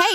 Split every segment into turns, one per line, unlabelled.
Hey,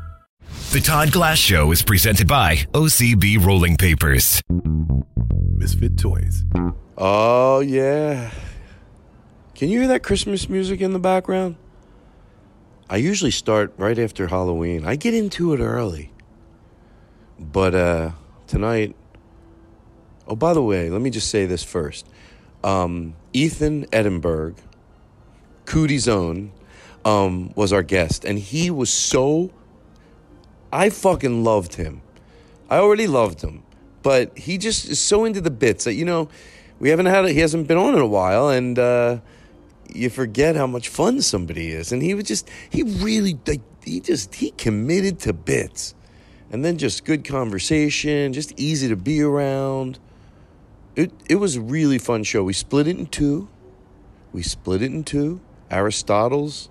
The Todd Glass Show is presented by OCB Rolling Papers.
Misfit Toys.
Oh yeah. Can you hear that Christmas music in the background? I usually start right after Halloween. I get into it early. But uh tonight Oh, by the way, let me just say this first. Um, Ethan Edinburgh, Cootie's own, um, was our guest, and he was so I fucking loved him. I already loved him, but he just is so into the bits that you know we haven't had. He hasn't been on in a while, and uh, you forget how much fun somebody is. And he was just he really like he just he committed to bits, and then just good conversation, just easy to be around. It it was a really fun show. We split it in two. We split it in two. Aristotle's,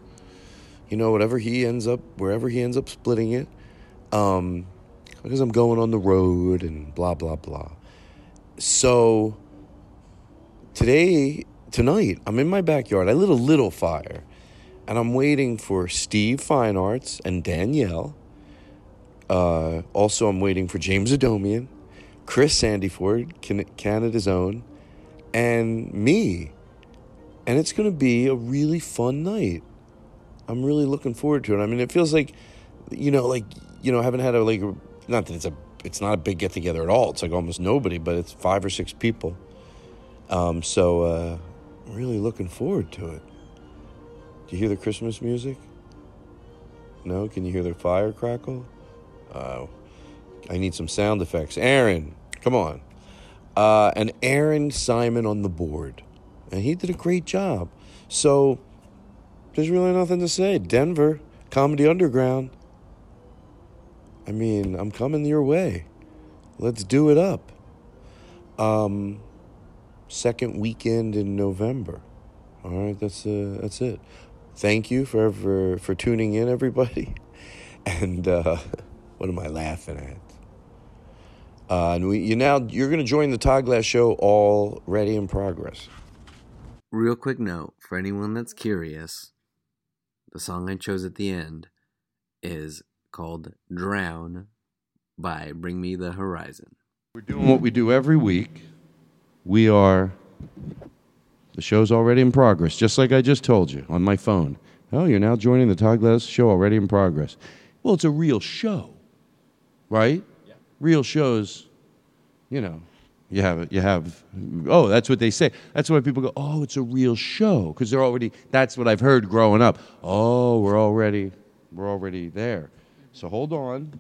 you know, whatever he ends up, wherever he ends up splitting it um, because I'm going on the road and blah, blah, blah. So today, tonight, I'm in my backyard. I lit a little fire and I'm waiting for Steve Fine Arts and Danielle. Uh, also, I'm waiting for James Adomian, Chris Sandyford, Can- Canada's own, and me. And it's going to be a really fun night. I'm really looking forward to it. I mean, it feels like, you know, like you know, haven't had a like, not that it's a, it's not a big get together at all. It's like almost nobody, but it's five or six people. Um, so uh, I'm really looking forward to it. Do you hear the Christmas music? No? Can you hear the fire crackle? Oh, I need some sound effects. Aaron, come on. Uh, and Aaron Simon on the board, and he did a great job. So there's really nothing to say. Denver Comedy Underground. I mean, I'm coming your way. Let's do it up. Um, second weekend in November. All right, that's uh, that's it. Thank you for for, for tuning in, everybody. And uh, what am I laughing at? Uh, and we, you now you're going to join the Todd Glass Show already in progress.
Real quick note for anyone that's curious, the song I chose at the end is called Drown by Bring Me the Horizon.
We're doing what we do every week. We are. The show's already in progress, just like I just told you on my phone. Oh, you're now joining the Todd Glass show already in progress. Well, it's a real show, right? Yeah. Real shows, you know, you have you have. Oh, that's what they say. That's why people go, "Oh, it's a real show," because they're already. That's what I've heard growing up. Oh, we're already we're already there. So hold on.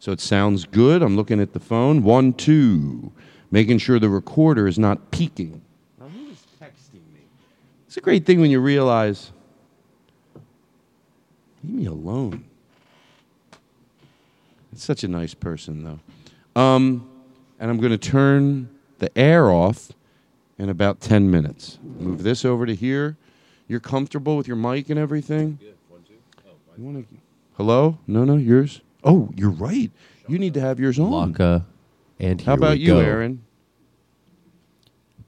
So it sounds good. I'm looking at the phone. One, two. Making sure the recorder is not peaking. Now, who is texting me? It's a great thing when you realize, leave me alone. It's such a nice person, though. Um, and I'm going to turn the air off in about 10 minutes. Move this over to here. You're comfortable with your mic and everything? You wanna- Hello? No, no, yours?
Oh, you're right. You need to have yours on.
Laka, and
How
here we
about you,
go.
Aaron?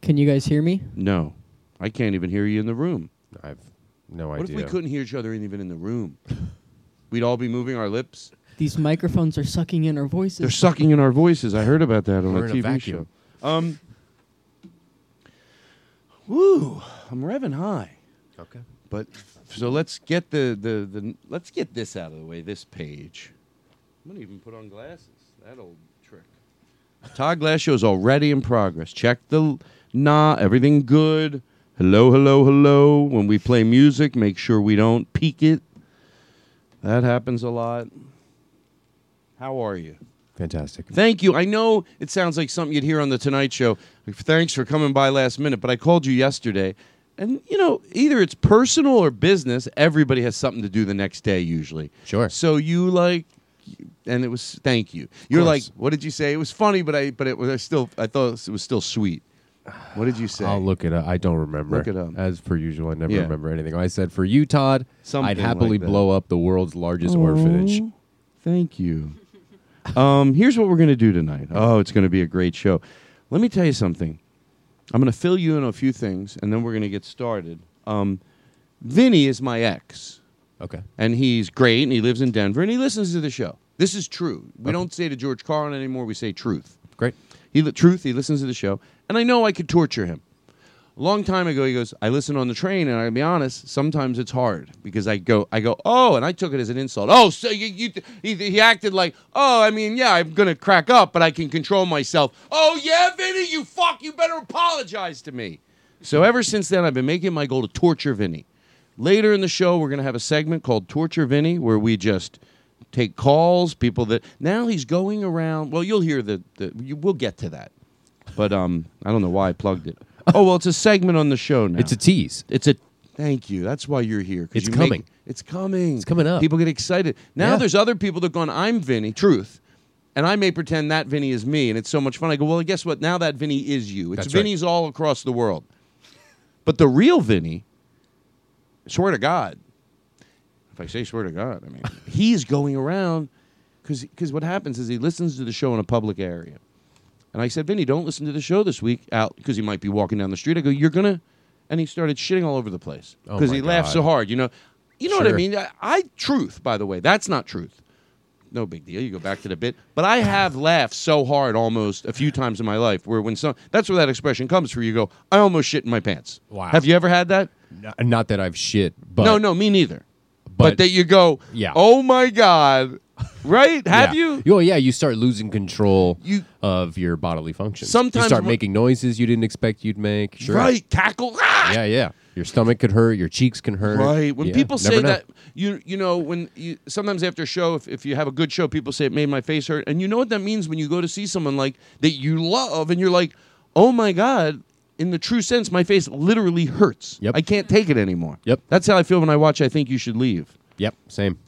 Can you guys hear me?
No, I can't even hear you in the room.
I've no
What
idea.
if we couldn't hear each other even in the room? We'd all be moving our lips.
These microphones are sucking in our voices.
They're sucking in our voices. I heard about that on
We're
a
in
TV show.
a vacuum.
Um, woo! I'm revving high.
Okay.
But so let's get the, the the let's get this out of the way. This page. I'm gonna even put on glasses. That old trick. Todd Glass show is already in progress. Check the nah. Everything good. Hello, hello, hello. When we play music, make sure we don't peak it. That happens a lot. How are you?
Fantastic.
Thank you. I know it sounds like something you'd hear on the Tonight Show. Thanks for coming by last minute, but I called you yesterday. And you know, either it's personal or business. Everybody has something to do the next day usually.
Sure.
So you like and it was thank you. You're like,
course.
what did you say? It was funny, but I but it was I still I thought it was still sweet. What did you say?
I'll look it up. I don't remember.
Look it up.
As per usual, I never
Yeah.
remember anything. I said, for you, Todd,
Something
I'd happily
like that.
blow up the world's largest orphanage.
Oh.
Thank you. Um, here's what we're going to do tonight. Oh, it's going to be a great show. Let me tell you something. I'm going to fill you in on a few things, and then we're going to get started. Um, Vinny is my ex,
Okay.
and he's great, and he lives in Denver, and he listens to the show. This is true. We don't say to George Carlin anymore. We say truth.
Great.
He li- truth. He listens to the show, and I know I could torture him. A long time ago, he goes. I listen on the train, and I'll be honest. Sometimes it's hard because I go, I go, oh, and I took it as an insult. Oh, so you, you th- he, he acted like, oh, I mean, yeah, I'm gonna crack up, but I can control myself. Oh yeah, Vinny, you fuck, you better apologize to me. So ever since then, I've been making my goal to torture Vinny. Later in the show, we're gonna have a segment called Torture Vinny, where we just take calls, people that now he's going around. Well, you'll hear the, the you, we'll get to that, but um, I don't know why I plugged it. Oh well, it's a segment on the show now.
It's a tease.
it's a thank you. That's why you're here. 'cause
It's
you
coming.
it's coming.
It's coming up.
People get excited now.
Yeah.
There's other people that gone. I'm Vinny. Truth. And I may pretend that Vinny is me, and it's so much fun. I go, well, guess what? Now that Vinny is you. It's
That's right.
Vinny's all across the world. But the real Vinny, swear to God, if I say swear to God, I mean, he's going around because what happens is he listens to the show in a public area. And I said, Vinny, don't listen to the show this week out because he might be walking down the street. I go, you're going to. And he started shitting all over the place
Oh
because
my
he laughed so
God.
hard. You know, you know what I
Sure.
mean? I, I, truth, by the way, that's not truth. No big deal. You go back to the bit. But I have laughed so hard almost a few times in my life where when some, that's where that expression comes from. You go, I almost shit in my pants.
Wow.
Have you ever had that?
N- Uh, Not that I've shit, but
no, no, me neither. But,
but-
that you go,
Yeah.
oh my God. Right? Have
Yeah.
you?
Well, yeah, you start losing control
You-
of your bodily functions.
Sometimes
you start
when-
making noises you didn't expect you'd make. Sure.
Right. Cackle. Ah!
Yeah, yeah. Your stomach could hurt. Your cheeks can hurt.
Right. When
Yeah,
people
never
say
know.
that, you you know, when you sometimes after a show, if, if you have a good show, people say it made my face hurt, and you know what that means when you go to see someone like that you love, and you're like, oh my god, in the true sense, my face literally hurts.
Yep.
I can't take it anymore.
Yep.
That's how I feel when I watch. I think you should leave.
Yep. Same.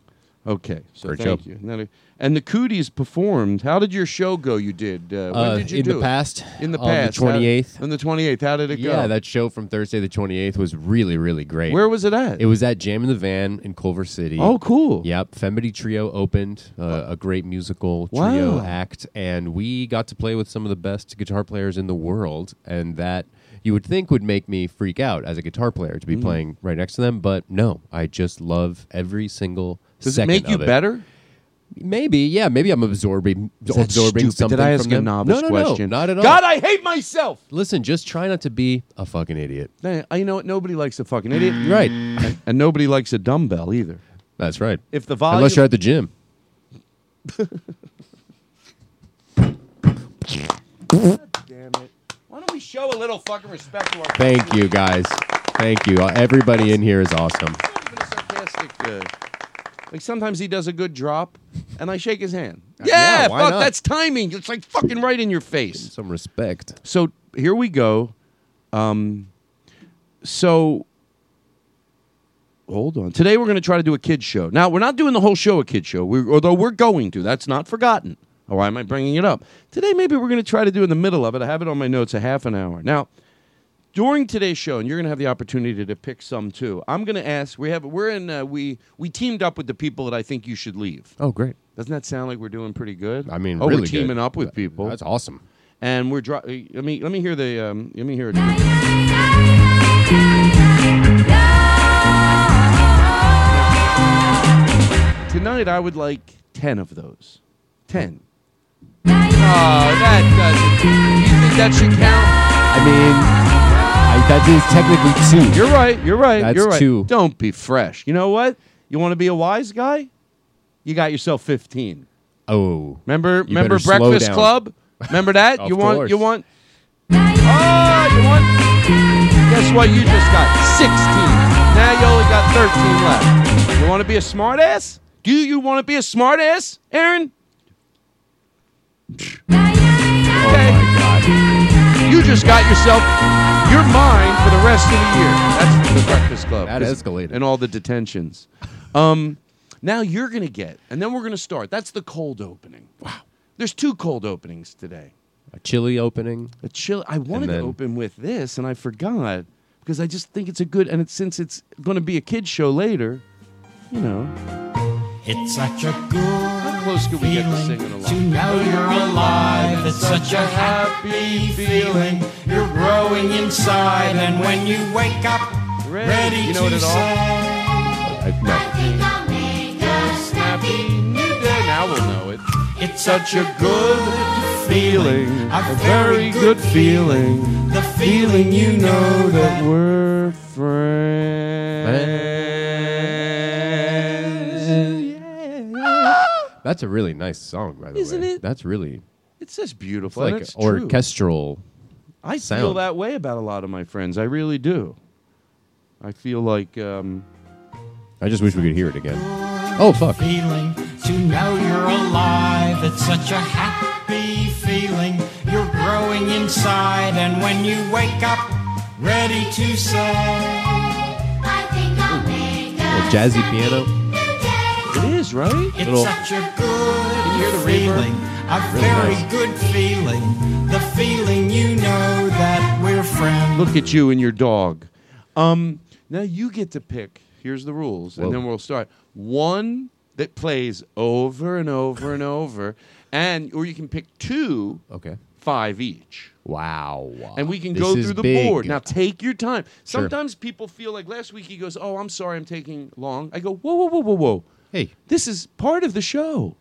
Okay. So
Great
thank
job.
you. Another- And the Cooties performed. How did your show go? You did. Uh, when
Uh,
did you
in the
do it?
past?
In the
On the
past. how-
28th?
On the twenty eighth. How did it go?
Yeah, that show from Thursday the 28th was really, really great.
Where was it at?
It was at Jam in the Van in Culver City.
Oh, cool.
Yep. Femity Trio opened, uh, a great musical trio
Wow.
act, and we got to play with some of the best guitar players in the world, and that you would think would make me freak out as a guitar player
Mm.
to be playing right next to them, but no, I just love every single
Does it
second
make you
of it.
better?
Maybe, yeah. Maybe I'm absorbing
that
absorbing
stupid?
something
Did I ask
from
a
them.
novice
no, no,
question?
No, not at all.
God, I hate myself.
Listen, just try not to be a fucking idiot.
Man, I- you know what? Nobody likes a fucking idiot,
Right.
and, Mm. and nobody likes a dumbbell either.
That's right.
If the volume,
Unless you're at the gym.
why don't we show a little fucking respect to our?
Thank you, guys. Thank you. Uh, Everybody in here is awesome.
Not even a sarcastic, uh, like sometimes he does a good drop, and I shake his hand. Yeah,
Uh, yeah, why
fuck,
not?
that's timing. It's like fucking right in your face.
Some respect.
So here we go. Um, so hold on. Today we're going to try to do a kids show. Now we're not doing the whole show a kids show. We, although we're going to. That's not forgotten. Or why am I bringing it up? Today maybe we're going to try to do in the middle of it. I have it on my notes a half an hour now. During today's show, and you're going to have the opportunity to pick some too. I'm going to ask. We have we're in uh, we we teamed up with the people that I think you should leave.
Oh, great.
Doesn't that sound like we're doing pretty good? I
mean,
oh,
really
we're
good.
teaming up with people.
That's awesome.
And we're dro- let me let me hear the um, let me hear it. Tonight I would like ten of those. Ten.
Oh, that doesn't. You think that should count?
I mean, I, that is technically two.
You're right. You're right.
That's
you're right.
two.
Don't be fresh. You know what? You want to be a wise guy? You got yourself fifteen.
Oh,
remember
You
remember
better slow
Breakfast
down.
Club? Remember that?
Of
you want you
course.
want Oh, you want Guess what you just got? 16. Now you only got 13 left. You want to be a smartass? Do you want to be a smartass, Aaron?
Oh
Okay. You just got yourself your mind for the rest of the year. That's from the Breakfast Club.
That escalated.
And all the detentions. Um, now you're going to get, and then we're going to start. That's the cold opening. Wow. There's two cold openings today.
A chili opening.
A chili. I wanted
then-
to open with this, and I forgot because I just think it's a good. And it's, since it's going to be a kids show later, you know.
It's such a good How
close could we get to singing along?
To know you're alive, it's such a happy feeling. You're growing inside, and when you wake up, ready,
You know it
to
at all?
say,
I, no.
Now we'll know it.
It's such a good feeling, a very good
feeling,
the feeling you know that
we're friends.
That's a really nice song, by the
Isn't
way.
it?
That's really
It's just
it's
beautiful. and
like
it's true.
orchestral.
I feel
sound.
that way about a lot of my friends. I really do. I feel like um,
I just wish we could hear it again. Oh fuck!
feeling to know you're alive. It's such a happy feeling. You're growing inside, and when you wake up, ready to say,
Little jazzy piano.
it is right.
It's
Little-
such a good
hear the reverb?
feeling, a
Really
very
nice.
good feeling. The feeling you know that we're friends.
Look at you and your dog. Um, now you get to pick. Here's the rules,
Whoa.
and then we'll start. One that plays over and over and over, and or you can pick two,
Okay.
five each,
Wow.
and we can
This
go
is
through the
big.
board. Now take your time.
Sure.
Sometimes people feel like last week he goes, "Oh, I'm sorry, I'm taking long." I go, "Whoa, whoa, whoa, whoa, whoa!
Hey,
This is part of the show.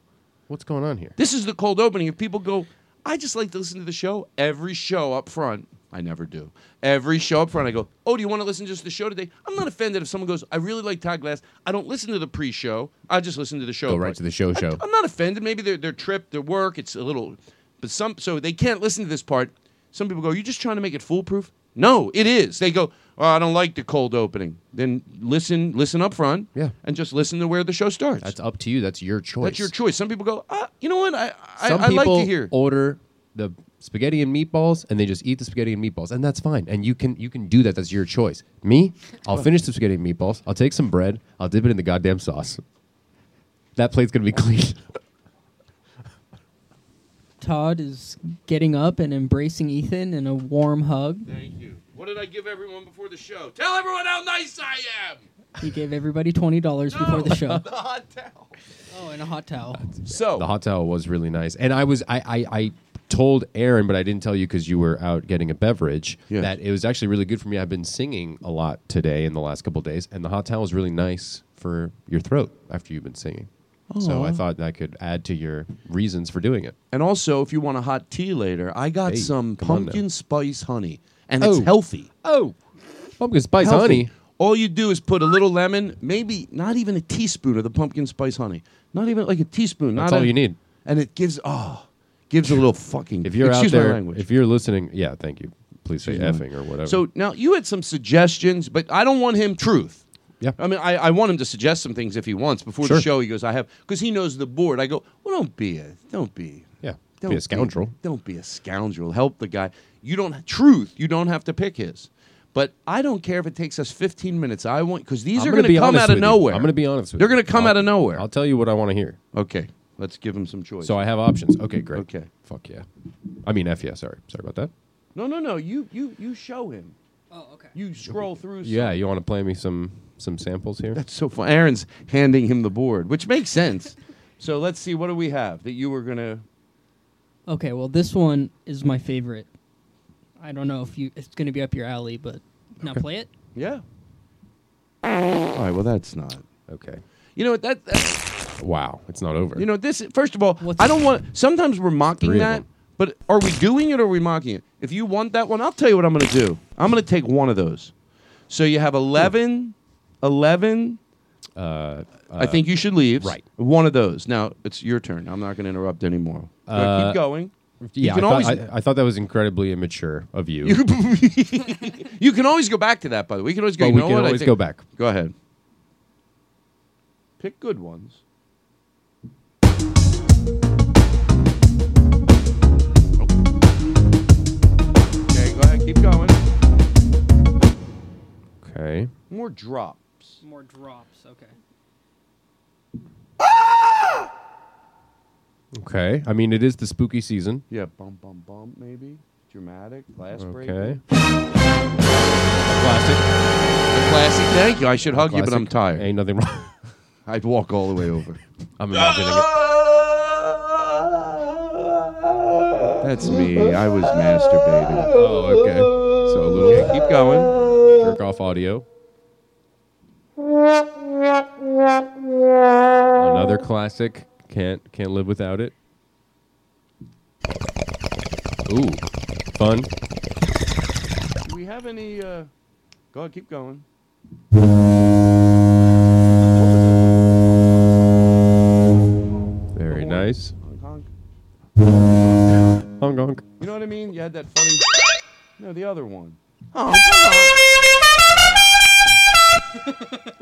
what's going on here?
This is the cold opening." If people go, "I just like to listen to the show every show up front," I never do. Every show up front, I go, "Oh, do you want to listen just to the show today?" I'm not offended if someone goes, "I really like Todd Glass. I don't listen to the pre-show. I just listen to the show."
Go right
part."
to the show. Show.
I'm not offended. Maybe their their trip, their work, it's a little, but some so they can't listen to this part. Some people go, "Are you just trying to make it foolproof?" No, it is. They go, "Oh, I don't like the cold opening." Then listen, listen up front,
Yeah.
and just listen to where the show starts.
That's up to you. That's your choice.
That's your choice. Some people go, ah, "You know what? I I,
Some
I like
people
to hear."
order the spaghetti and meatballs, and they just eat the spaghetti and meatballs, and that's fine. And you can you can do that. That's your choice. Me, I'll finish the spaghetti and meatballs. I'll take some bread. I'll dip it in the goddamn sauce. That plate's gonna be clean.
Todd is getting up and embracing Ethan in a warm hug.
Thank you. What did I give everyone before the show? Tell everyone how nice I am.
He gave everybody twenty dollars before the show.
hot towel.
Oh, and a hot towel.
So
The hot towel was really nice, and I was I I, I told Aaron, but I didn't tell you because you were out getting a beverage.
Yes.
That it was actually really good for me. I've been singing a lot today in the last couple of days, and the hot towel is really nice for your throat after you've been singing. So I thought that could add to your reasons for doing it.
And also, if you want a hot tea later, I got
Hey,
some
come on now.
pumpkin spice honey, and
Oh.
it's healthy.
Oh, pumpkin spice
Healthy.
honey.
All you do is put a little lemon, maybe not even a teaspoon of the pumpkin spice honey. Not even like a teaspoon.
That's
not
all
a-
you need.
And it gives oh, gives a little fucking.
If you're
excuse
out
my
there,
language.
if you're listening, yeah, thank you. Please say
Excuse my-
effing or whatever.
so now you had some suggestions, but I don't want him truth.
Yeah.
I mean, I, I want him to suggest some things if he wants. Before
Sure.
the show, he goes, "I have," because he knows the board. I go, "Well, don't be a, don't be,
yeah,
don't
be a scoundrel.
don't be a scoundrel. Help the guy. You don't truth. You don't have to pick his. But I don't care if it takes us 15 minutes. I want because these
I'm
are
gonna
going
be
to come
honest
out of
with you.
nowhere.
I'm going to be honest with
They're
you.
going to come
I'll-
out of nowhere.
I'll tell you what I want to hear.
okay, let's give him some choice.
So I have options. Okay, great.
Okay.
Fuck yeah. I mean, F yeah. Sorry. Sorry about that.
no, no, no. You, you, you show him.
Oh, okay.
You scroll through. some-
Yeah, you want to play me some some samples here?
That's so fun. Aaron's handing him the board, which makes sense. So let's see. What do we have that you were gonna?
Okay, well, this one is my favorite. I don't know if you it's going to be up your alley, but now play it.
Yeah. All right. Well, that's not
okay.
You know what? That, that
Wow, it's not over.
you know this. First of all, I don't want. Sometimes we're mocking
Three of
that,
them.
but are we doing it or are we mocking it? If you want that one, I'll tell you what I'm gonna do. I'm gonna take one of those. So you have 11, 11.
uh,
I think you should leave.
Right.
One of those. Now it's your turn. I'm not going to interrupt anymore. Go-
Uh,
keep going.
Yeah,
You can
I, thought,
always.
I, I thought that was incredibly immature of you.
you can always go back to that. By the way, you can always go.
But
you
Oh, we
know
can
what? I
always
think-
go back.
Go ahead. Pick good ones. Okay, go ahead. Keep going.
Okay.
More drop.
More drops. Okay.
Okay. I mean, it is the spooky season.
Yeah, bump, bump, bump. Maybe dramatic. Glass break.
Okay. Classic.
Classic. Thank you. I should hug you, but I'm tired.
Ain't nothing wrong.
I'd walk all the way over.
I'm
Ah!
imagining it.
That's me. I was masturbating.
Oh, okay. So a little.
Okay, keep going.
Jerk off audio. Another classic. Can't can't live without it. Ooh, fun.
Do we have any? Uh... Go ahead. Keep going.
Very nice.
Honk, honk.
Hong Kong.
You know what I mean? You had that funny. No, the other one.
Oh,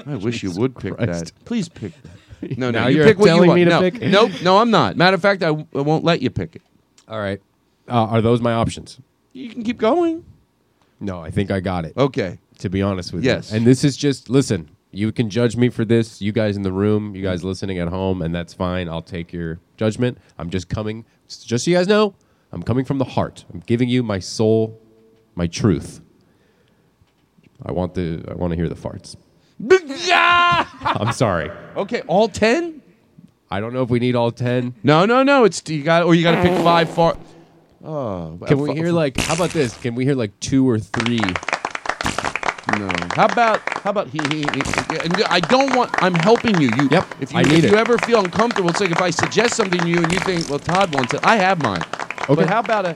I wish you would pick
Christ.
that. Please pick that. No, no,
Now
you
you're
pick what you
telling
want.
me to
no.
pick?
Nope, no, I'm not. Matter of fact, I, w- I won't let you pick it.
All right. Uh, are those my options?
You can keep going.
No, I think I got it.
Okay.
To be honest with you.
Yes.
And this is just listen. You can judge me for this, you guys in the room, you guys listening at home, and that's fine. I'll take your judgment. I'm just coming, just so you guys know, I'm coming from the heart. I'm giving you my soul, my truth. I want the, I want to hear the farts. I'm sorry.
Okay, all ten?
I don't know if we need all ten.
No, no, no. It's you got or you got to pick five far. Oh,
Can
uh,
we
f-
hear like? How about this? Can we hear like two or three?
No. How about how about he? he, he and I don't want. I'm helping you. You. Yep. If you,
I need
if you
it.
ever feel uncomfortable, it's like if I suggest something to you and you think, well, Todd wants it. I have mine.
Okay.
But how about a?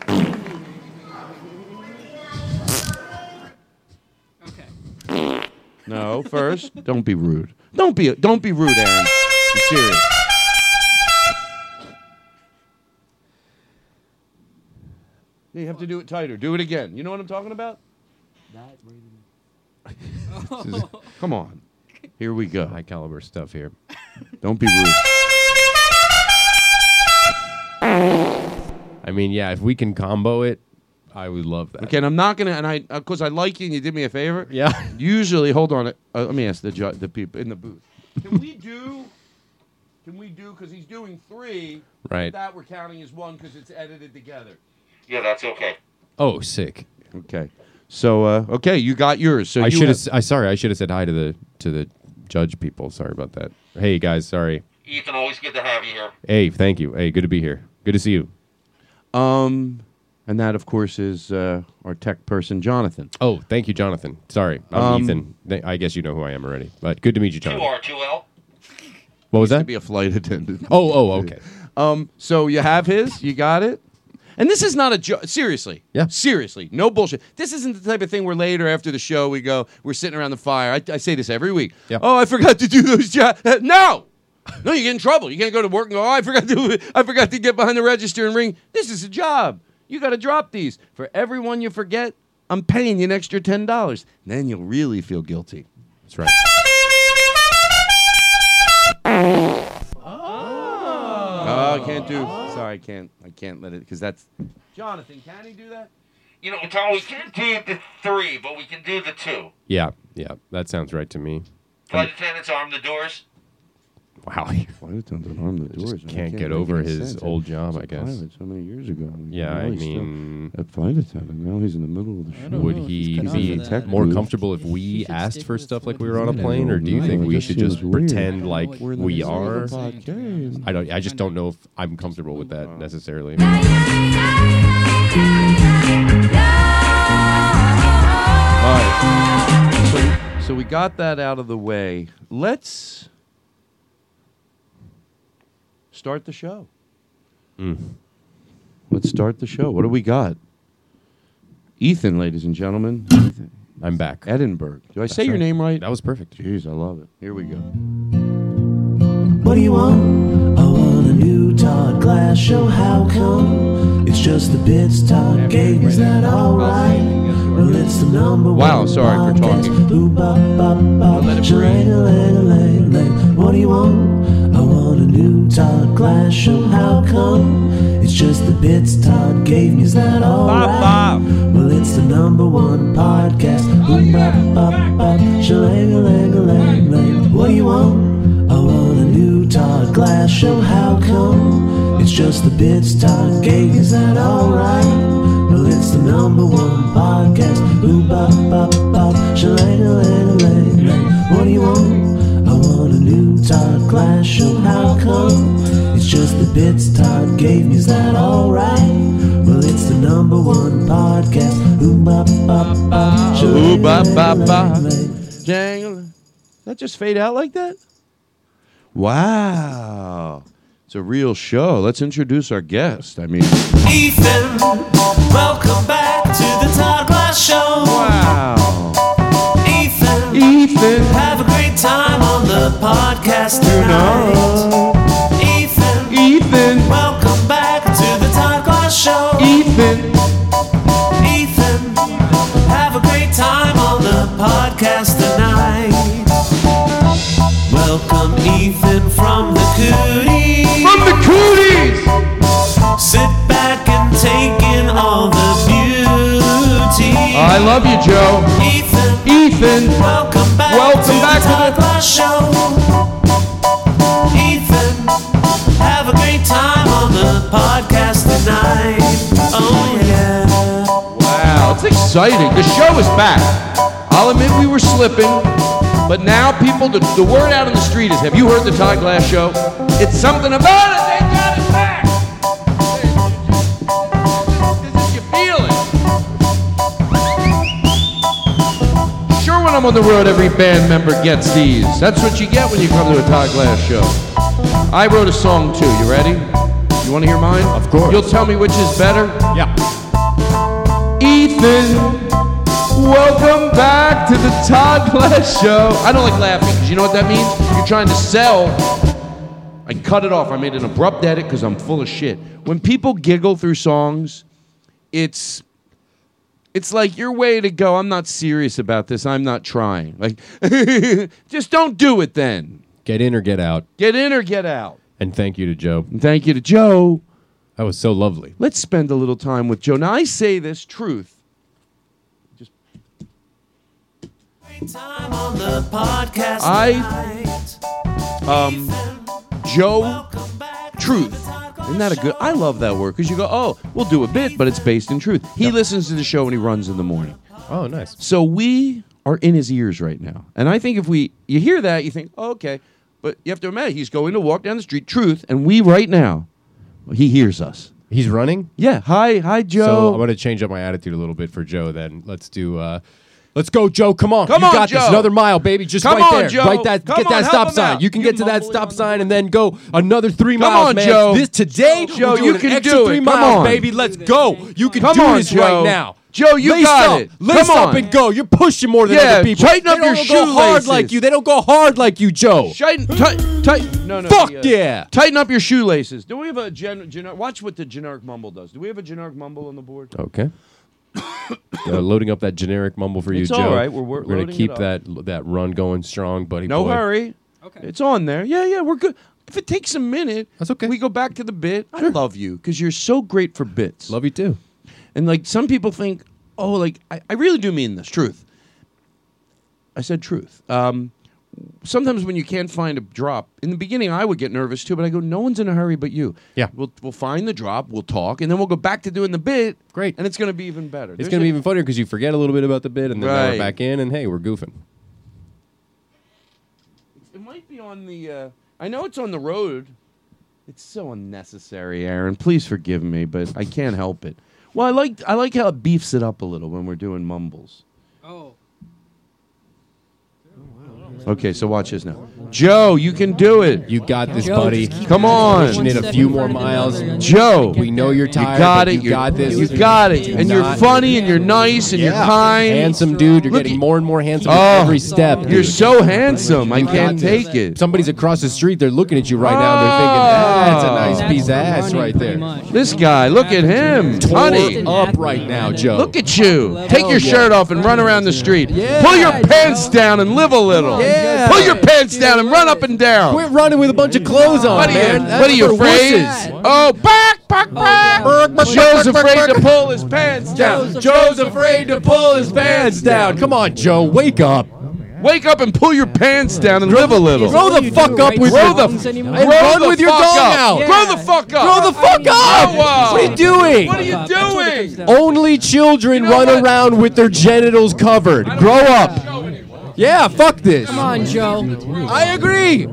No. First, don't be rude. Don't be. Don't be rude, Aaron. I'm serious. You have to do it tighter. Do it again. You know what I'm talking about? Come on. Here we go.
High caliber stuff here.
Don't be rude.
I mean, yeah, if we can combo it, I would love that.
Okay, and I'm not gonna. And I, of course, I like you, and you did me a favor.
Yeah.
Usually, hold on. Uh, let me ask the ju- the people in the booth. Can we do? Can we do? Because he's doing three.
Right.
That we're counting as one because it's edited together.
Yeah, that's okay.
Oh, sick.
Okay. So uh, okay, you got yours. So
I
you
should have.
have-
I sorry. I should have said hi to the to the judge people. Sorry about that. Hey guys. Sorry.
Ethan, always good to have you here.
Hey, thank you. Hey, good to be here. Good to see you.
Um, and that of course is uh, our tech person, Jonathan.
Oh, thank you, Jonathan. Sorry, I'm
Um,
Ethan. Th- I guess you know who I am already. But good to meet you,
You
Jonathan.
are too well.
What was
Used To
that?
be a flight attendant.
Oh, oh, okay.
Um, so you have his, you got it. And this is not a joke. Seriously.
Yeah.
Seriously. No bullshit. This isn't the type of thing where later after the show we go, we're sitting around the fire. I, I say this every week.
Yeah.
Oh, I forgot to do those jobs. No. No, you get in trouble. You can't go to work and go, oh, I forgot to I forgot to get behind the register and ring. This is a job. You gotta drop these. For every one you forget, I'm paying you an extra ten dollars. Then you'll really feel guilty.
That's right.
Oh, I can't do sorry, I can't I can't let it because that's Jonathan, can he do that?
You know, Tom, we can't do the three, but we can do the two.
Yeah, yeah. That sounds right to me.
Flight attendants arm the doors.
Wow.
Flight attendant armed the doors.
Just
I
can't get
make
over
any
his
sense.
old
He's
job,
a
I guess.
pilot so many years ago. and
Yeah,
now
I
he's still
mean-
a flight attendant. Now he's in the middle of the show.
Would he be more comfortable if we asked for stuff like we were on a
Yeah,
plane, or
no,
do you
no,
think
it
we
just
should just
seems weird. I
pretend
don't
like
know what
we
you're
are?
saying.
I don't. I just don't know if I'm comfortable with that necessarily.
All right. So, so we got that out of the way. Let's start the show.
Hmm.
Let's start the show. What do we got? Ethan, ladies and gentlemen.
I'm back.
Edinburgh. Do I say your
right.
name right?
That was perfect.
Jeez, I love it. Here we go.
What do you want? I want a new Todd Glass show. How come? It's just the bits Todd gave. Is that alright? Well, it's the number
Wow,
one.
sorry for talking.
Shalang-a-lang-a-lang-lang. What do you want? I want a new Todd Glass show. How come? It's just the bits Todd gave me. Is that alright? Well, it's the number one podcast. Bop-bop-bop. Shalang-a-lang-a-lang-lang. What do you want? I want a new Todd Glass show. How come? It's just the bits Todd gave. me. Is that alright? Well, it's the number one podcast. Boom, bop, bop, bop. Shalang-a-lang-a-lang-lang. What do you want? I want a new Todd Glass show. How come? It's just the bits Todd gave me. Is that alright? Well, it's the number one podcast. Boom, bop, bop, bop.
Ooh, ba, ba, ba.
Shalang-a-lang-a-lang-lang.
Jangle. Does that just fade out like that? Wow. It's a real show. Let's introduce our guest. I mean,
Ethan, welcome back to the Todd Glass Show.
wow.
Ethan,
Ethan,
have a great time on the podcast tonight. Ethan,
Ethan,
welcome back to the Todd Glass Show.
Ethan,
Ethan, have a great time on the podcast tonight. Welcome, Ethan, from the Cooties.
From the Cooties!
Sit back and take in all the beauty.
I love you, Joe.
Ethan,
Ethan,
welcome back,
welcome
to,
back to
the Todd Glass Show. Ethan, have a great time on the podcast tonight. Oh, yeah.
Wow, it's exciting. The show is back. I'll admit we were slipping, but now people, the, the word out on the street is have you heard the Todd Glass show? It's something about it. They got it back. This is your feeling. Sure, when I'm on the road, every band member gets these. That's what you get when you come to a Todd Glass show. I wrote a song too. You ready? You want to hear mine? Of course. You'll tell me which is better?
Yeah.
Ethan, welcome back to the Todd Glass Show. I don't like laughing because you know what that means? You're trying to sell. I cut it off. I made an abrupt edit because I'm full of shit. When people giggle through songs, it's it's like your way to go. I'm not serious about this. I'm not trying. Like, just don't do it then.
Get in or get out.
Get in or get out.
And thank you to Joe.
Thank you to Joe.
That was so lovely.
Let's spend a little time with Joe. Now I say this truth.
Time on the podcast
I-
tonight.
Um, Joe Truth. Isn't that a good? I love that word because you go, oh, we'll do a bit, but it's based in truth. He listens to the show when he runs in the morning.
Oh, nice.
So we are in his ears right now. And I think if we, you hear that, you think, oh, okay. But you have to imagine he's going to walk down the street, truth, and we right now, he hears us.
He's running.
Yeah. Hi, hi,
So I'm
Joe.
going to change up my attitude a little bit for Joe. Then let's do. Uh, let's go, Joe. Come on.
Come
you
on,
got this.
Joe.
Another mile, baby. Just
Come
right
on,
there.
Joe.
Right that.
Come
get
on,
that
help
stop
him
sign.
out.
You can
You
get to that
mumbling
stop sign and then go another three
Come
miles,
on,
man.
Joe.
This today,
Joe,
we're doing
you
an
can
extra
do it.
three
Come
miles,
on.
baby. Let's go. You can
Come
do
on,
this
Joe.
right now.
Joe, you
Lace
got
up.
it.
Lace
Come
up
on.
and go. You're pushing more than
Yeah,
other people.
tighten up
They don't
your
go hard
shoelaces.
like you. They don't go hard like you, Joe.
Tighten, tight, tight. No, no.
Fuck
the, uh,
yeah.
Tighten up your shoelaces. Do we have a gen, gener- Watch what the generic mumble does. Do we have a generic mumble on the board?
Okay. Uh, loading up that generic mumble for you,
It's
Joe.
all right. We're wor-
we're gonna
loading it
keep
up.
that that run going strong, buddy.
No
boy.
hurry. Okay. It's on there. Yeah, yeah, we're good. If it takes a minute, that's okay. We go back to the bit. I love you because you're so great for bits.
Love you too.
And like some people think, oh, like I, I really do mean this. Truth. I said truth. Um, sometimes when you can't find a drop, in the beginning I would get nervous too, but I go, no one's in a hurry but you. Yeah. We'll, we'll find the drop, we'll talk, and then we'll go back to doing the bit. Great. And it's going to be even better.
It's going to be even funnier because you forget a little bit about the bit, and then now
Right.
we're back in, and hey, we're goofing.
It might be on the. Uh, I know it's on the road. It's so unnecessary, Aaron. Please forgive me, but I can't help it. Well, I like I like how it beefs it up a little when we're doing mumbles. Oh. Okay, so watch this now. Joe, you can do it.
You got this, buddy.
Come on.
Pushing it a few more miles.
Joe,
we know you're
You
tired.
got
but
it.
You got this.
You got it. And you're funny and you're nice and you're
Yeah.
kind.
Handsome dude. You're getting more and more handsome with
Oh,
every step.
You're so handsome. I can't take it.
Somebody's across the street. They're looking at you right now.
Oh.
They're thinking, that's a nice piece of ass right there.
This guy, look at him.
Tore
Honey.
up right now, Joe.
Look at you. Take
Hell
your
yeah.
shirt off and run around the street. Pull your pants down and live a little.
Yeah.
Pull your pants down and run up and down.
Quit running with a bunch of clothes on,
What are you,
Oh, man. That's
what are you
for
afraid?
wusses.
Oh, back, back, back. Joe's afraid to pull his pants down. Joe's afraid to pull his pants down. Come on, Joe, wake up. Wake up and pull your pants down and live a little.
Grow the fuck up with
grow
your
the
lungs anymore.
and
Grow
run
the
with your
fuck
dog
up.
out.
Yeah.
Grow the fuck up.
Grow the fuck up! What are you doing?
uh, What are you doing?
Only children run around with their genitals covered. Grow up. Yeah, fuck this.
Come on, Joe.
I agree.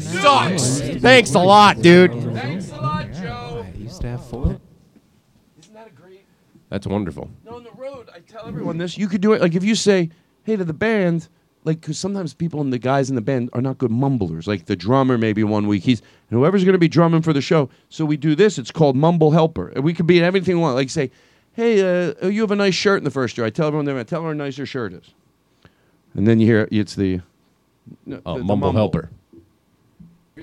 Sucks.
Thanks a lot, dude.
Thanks a lot, Joe.
used to have four. That's wonderful.
everyone this. You could do it. Like if you say, "Hey," to the band, like because sometimes people and the guys in the band are not good mumblers. Like the drummer, maybe one week he's and whoever's going to be drumming for the show. So we do this. It's called Mumble Helper, and we could be everything we want. Like say, "Hey, uh, oh, you have a nice shirt in the first year." I tell everyone, "I tell her how nice her shirt is," and then you hear it's the no,
Oh,
the- the
Uh, mumble helper.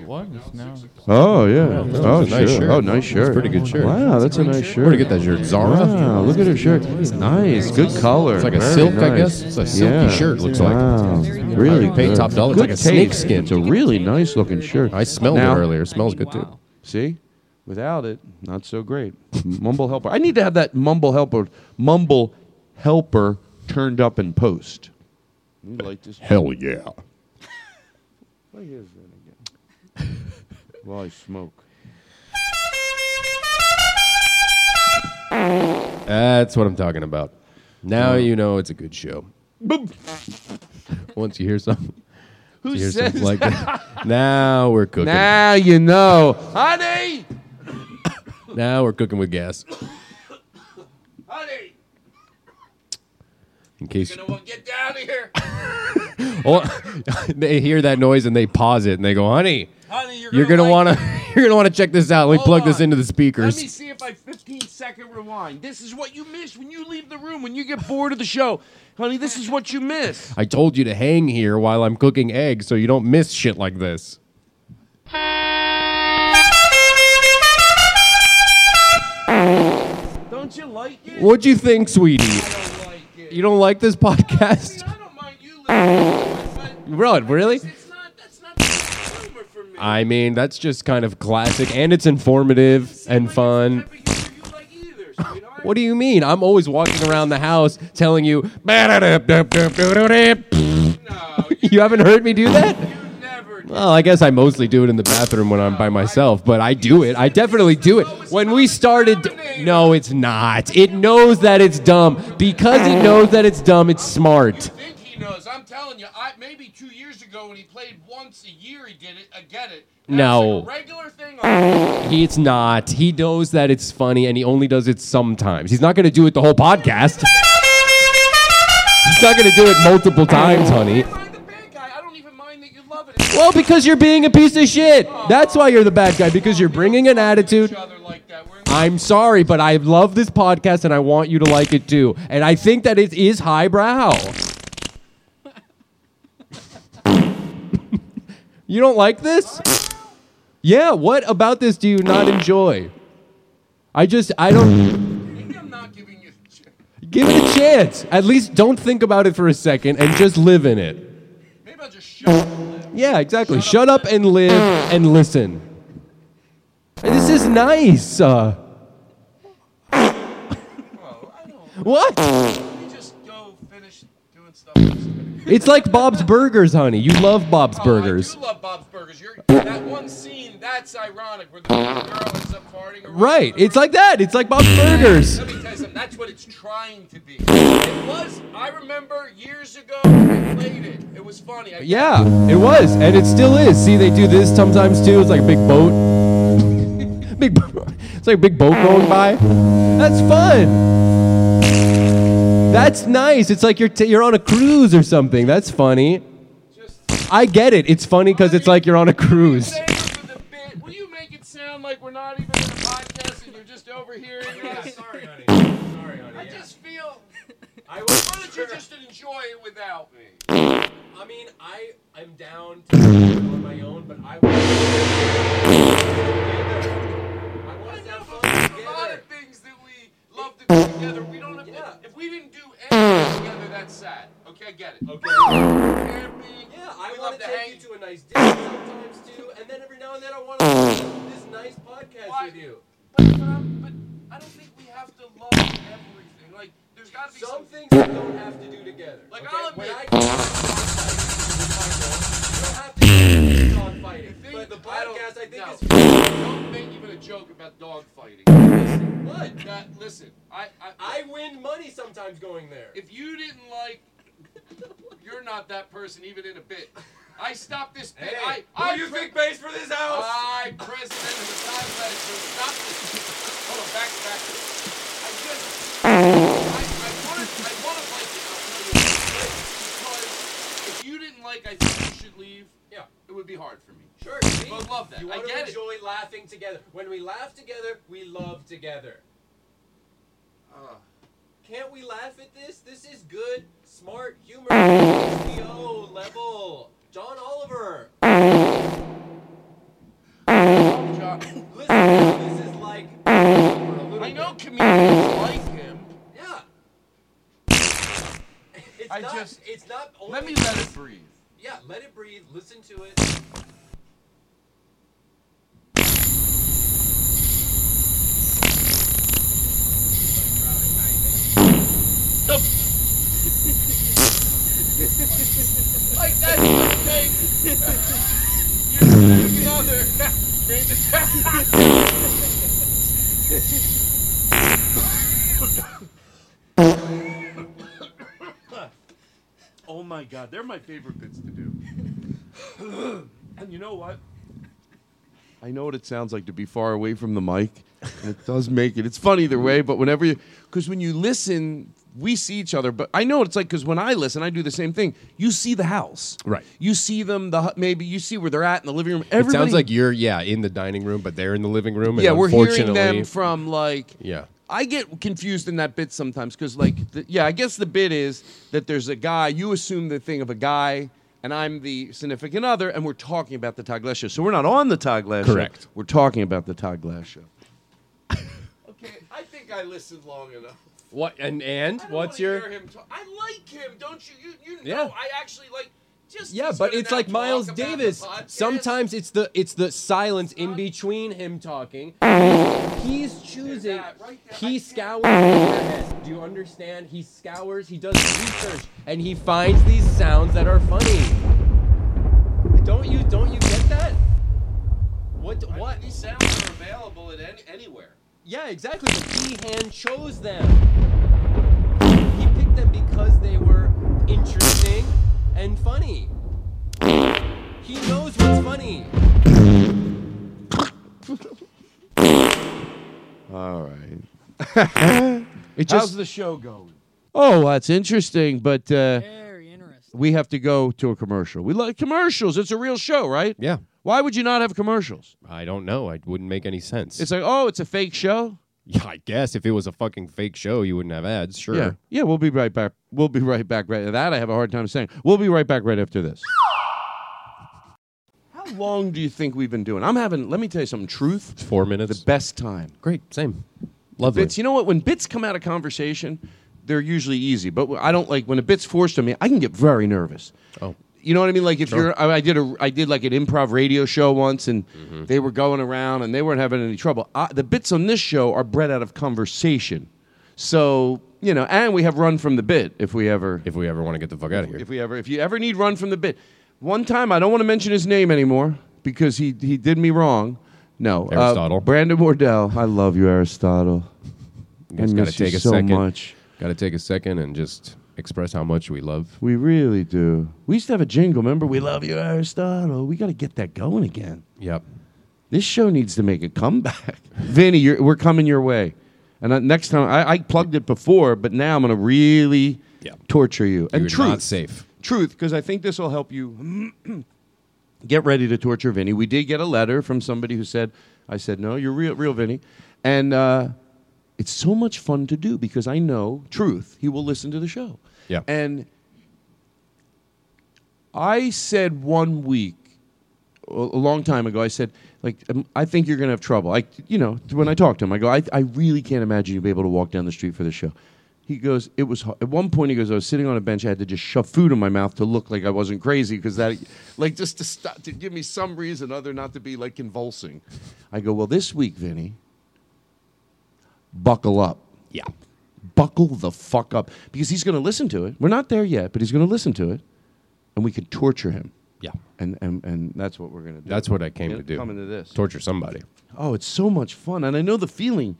What? No.
Oh yeah.
Yeah, that
oh
was a nice
sure.
shirt.
Oh nice
That's a
shirt.
pretty good shirt.
Wow, that's a nice shirt.
Where'd you get that shirt? Zara?
Wow, look at her shirt. It's nice. Good color.
It's like a
Very
silk, I
nice.
guess. It's a silky
Yeah.
shirt, it looks like.
wow. Really
You pay
good.
top dollar. It's
Good
like a snake
taste.
skin.
It's a really nice looking shirt. I
smelled it earlier. It smells good, too.
See, without it, not so great. mumble helper. I need to have that mumble helper. Mumble helper turned up in post. You like this?
Hell yeah.
Play his then again. While I smoke.
That's what I'm talking about. Now you know it's a good show.
Boop.
Once you hear something,
Who
you hear
says
something like that, now we're cooking.
Now you know, honey.
Now we're cooking with gas.
Honey,
In case
get down here.
oh, they hear that noise and they pause it and they go, "Honey,
Honey, you're
you're
gonna
gonna
like
wanna you're gonna wanna check this out. Let me
Hold
plug this
on.
into the
Let
speakers."
me see if I 15 second rewind. This is what you miss when you leave the room, when you get bored of the show. Honey, this is what you miss.
I told you to hang here while I'm cooking eggs so you don't miss shit like this.
Don't you like it?
What'd you think, sweetie? You don't like this podcast? Really? Really? I mean, that's just kind of classic, and it's informative and fun. What do you mean? I'm always walking around the house telling you. You haven't heard me do that? Well, I guess I mostly do it in the bathroom when I'm by myself, but I do it. I definitely do it. When we started, no, it's not. It knows that it's dumb. Because it knows that it's dumb, it's smart.
He knows. I'm telling you, I, maybe two years ago when he played once a year, he did it. I get it.
No. He, it's not. He knows that it's funny and he only does it sometimes. He's not going to do it the whole podcast. He's not going to do it multiple times, honey. Well, because you're being a piece of shit. That's why you're the bad guy, because you're bringing an attitude. I'm sorry, but I love this podcast and I want you to like it too. And I think that it is highbrow. you don't like this? Yeah, what about this do you not enjoy? I just, I don't. Give it a chance. At least don't think about it for a second and just live in it.
about just shut
Yeah, exactly. Shut up and live and listen. And This is nice. Uh, what?
Oh,
It's like Bob's Burgers, honey. You love Bob's Burgers.
that one scene. That's ironic. Where the girl ends up farting.
Right. It's like that. It's like Bob's Burgers.
Let me tell you something. That's what it's trying to be. It was. I remember years ago. I played it. It was funny. I
Yeah, it was, and it still is. See, they do this sometimes too. It's like a big boat. big. bo- It's like a big boat going by. That's fun. That's nice. It's like you're t- you're on a cruise or something. That's funny. I get it. It's funny because it's like you're on a cruise.
Will you make it sound like we're not even in a podcast and you're just overhearing us? Sorry, honey. Sorry, honey. I just feel. I why don't you just enjoy it without me? I mean, I I'm down to on my own, but I want. A lot of things that we love to do together. We don't have if we didn't do anything together. That's sad. Okay, I get it. Okay. Yeah, I we love to hang you to a nice dinner sometimes too, and then every now and then I want to this nice podcast with you. But, but, I'm- but I don't think we have to love everything. Like, there's got to be some, things we don't have to do together. Like, I'll admit. I go on fighting, you don't have to do dog fighting. But the podcast, I think, is. Don't make even a joke about dog fighting. Listen, what? That, listen, I, I I win money sometimes going there. If you didn't like you're not that person even in a bit. I stopped this bit. I, I you think pays for this house? I president of the time letter to stop this. Hold on, back, back. I just I, I wanted I wanted like it, I'll tell you what, because if you didn't like I think you should leave. Yeah. It would be hard for me. Sure. But love that.
You
I
want to
get it.
enjoy laughing together. When we laugh together, we love together.
Ah.
Can't we laugh at this? This is good, smart humor. HBO level. John Oliver. Listen, this is like.
I know comedians like him.
Yeah. It's
I
not.
just-
It's not. Only,
Let me let it breathe.
Yeah, let it breathe. Listen to it.
like that's the thing. You're the other. oh my god, they're my favorite bits to do. and you know what? I know what it sounds like to be far away from the mic, and it does make it. It's fun either way, but whenever you, because when you listen, we see each other. But I know what it's like because when I listen, I do the same thing. You see the house,
Right.
You see them, the hu- maybe you see where they're at in the living room.
It
Everybody,
sounds like you're yeah in the dining room, but they're in the living room. and
yeah, we're hearing
unfortunately-
them from like
Yeah.
I get confused in that bit sometimes because, like, the, yeah, I guess the bit is that there's a guy. You assume the thing of a guy, and I'm the significant other, and we're talking about the Todd Glass show. So we're not on the Todd Glass show.
Correct.
We're talking about the Todd Glass show. okay, I think I listened long enough.
What and and what's
wanna
your
hear him talk. I like him, don't you? You, you
Yeah.
know, I actually like. Just
Yeah, but it's like Miles Davis. Sometimes it's the it's the silence in between him talking. He's choosing. He scours. the internet. Do you understand? He scours. He does research, and he finds these sounds that are funny. Don't you don't you get that? What what?
these sounds are available at any, anywhere.
Yeah, exactly. But he hand chose them. He picked them because they were interesting and funny. He knows what's funny.
All right. it
How's
the show going? Oh, that's interesting, but uh, we have to go to a commercial. We like commercials. It's a real show, right?
Yeah.
Why would you not have commercials?
I don't know. It wouldn't make any sense.
It's like, oh, it's a fake show.
yeah, I guess if it was a fucking fake show, you wouldn't have ads. Sure.
Yeah. Yeah, we'll be right back. We'll be right back. Right that I have a hard time saying. We'll be right back right after this. How long do you think we've been doing? I'm having. Let me tell you something. Truth. It's
four minutes.
The best time.
Great. Same. Lovely.
Bits. You know what? When bits come out of conversation, they're usually easy. But I don't like when a bit's forced on me. I can get very nervous.
Oh.
You- You know what I mean? Like if
Sure.
you're, I, I did a, I did like an improv radio show once, and
Mm-hmm.
they were going around and they weren't having any trouble. I, the bits on this show are bred out of conversation, so you know, and we have run from the bit if we ever,
if we ever want to get the fuck out of here.
if we ever, if you ever need run from the bit. One time, I don't want to mention his name anymore because he he did me wrong. No, uh,
Aristotle.
Brandon Wardell. I love you, Aristotle. I
Just gotta
miss you
take a
so
second.
much.
Gotta take a second and just express how much we love.
We really do. We used to have a jingle. Remember, we love you, Aristotle. We got to get that going again.
Yep.
This show needs to make a comeback. Vinny, you're, we're coming your way. And uh, next time, I, I plugged it before, but now I'm going to really torture you. And
You're
truth,
not safe.
truth, because I think this will help you get ready to torture Vinny. We did get a letter from somebody who said, I said, no, you're real, real Vinny. And uh, it's so much fun to do because I know, truth, he will listen to the show.
Yeah.
And I said one week, a a long time ago, I said, like, um, I think you're going to have trouble. I, you know, when I talked to him, I go, I, I really can't imagine you be able to walk down the street for the show. He goes, it was, ho-" at one point, he goes, I was sitting on a bench. I had to just shove food in my mouth to look like I wasn't crazy because that, like, just to stop, to give me some reason other not to be, like, convulsing. I go, well, this week, Vinny, buckle up. Yeah. Buckle the fuck up because he's going to listen to it. We're not there yet, but he's going to listen to it and we can torture him.
Yeah.
And, and, and that's what we're going to do.
That's what I came
Yeah,
to do.
Coming to this.
Torture somebody.
Oh, it's so much fun. And I know the feeling.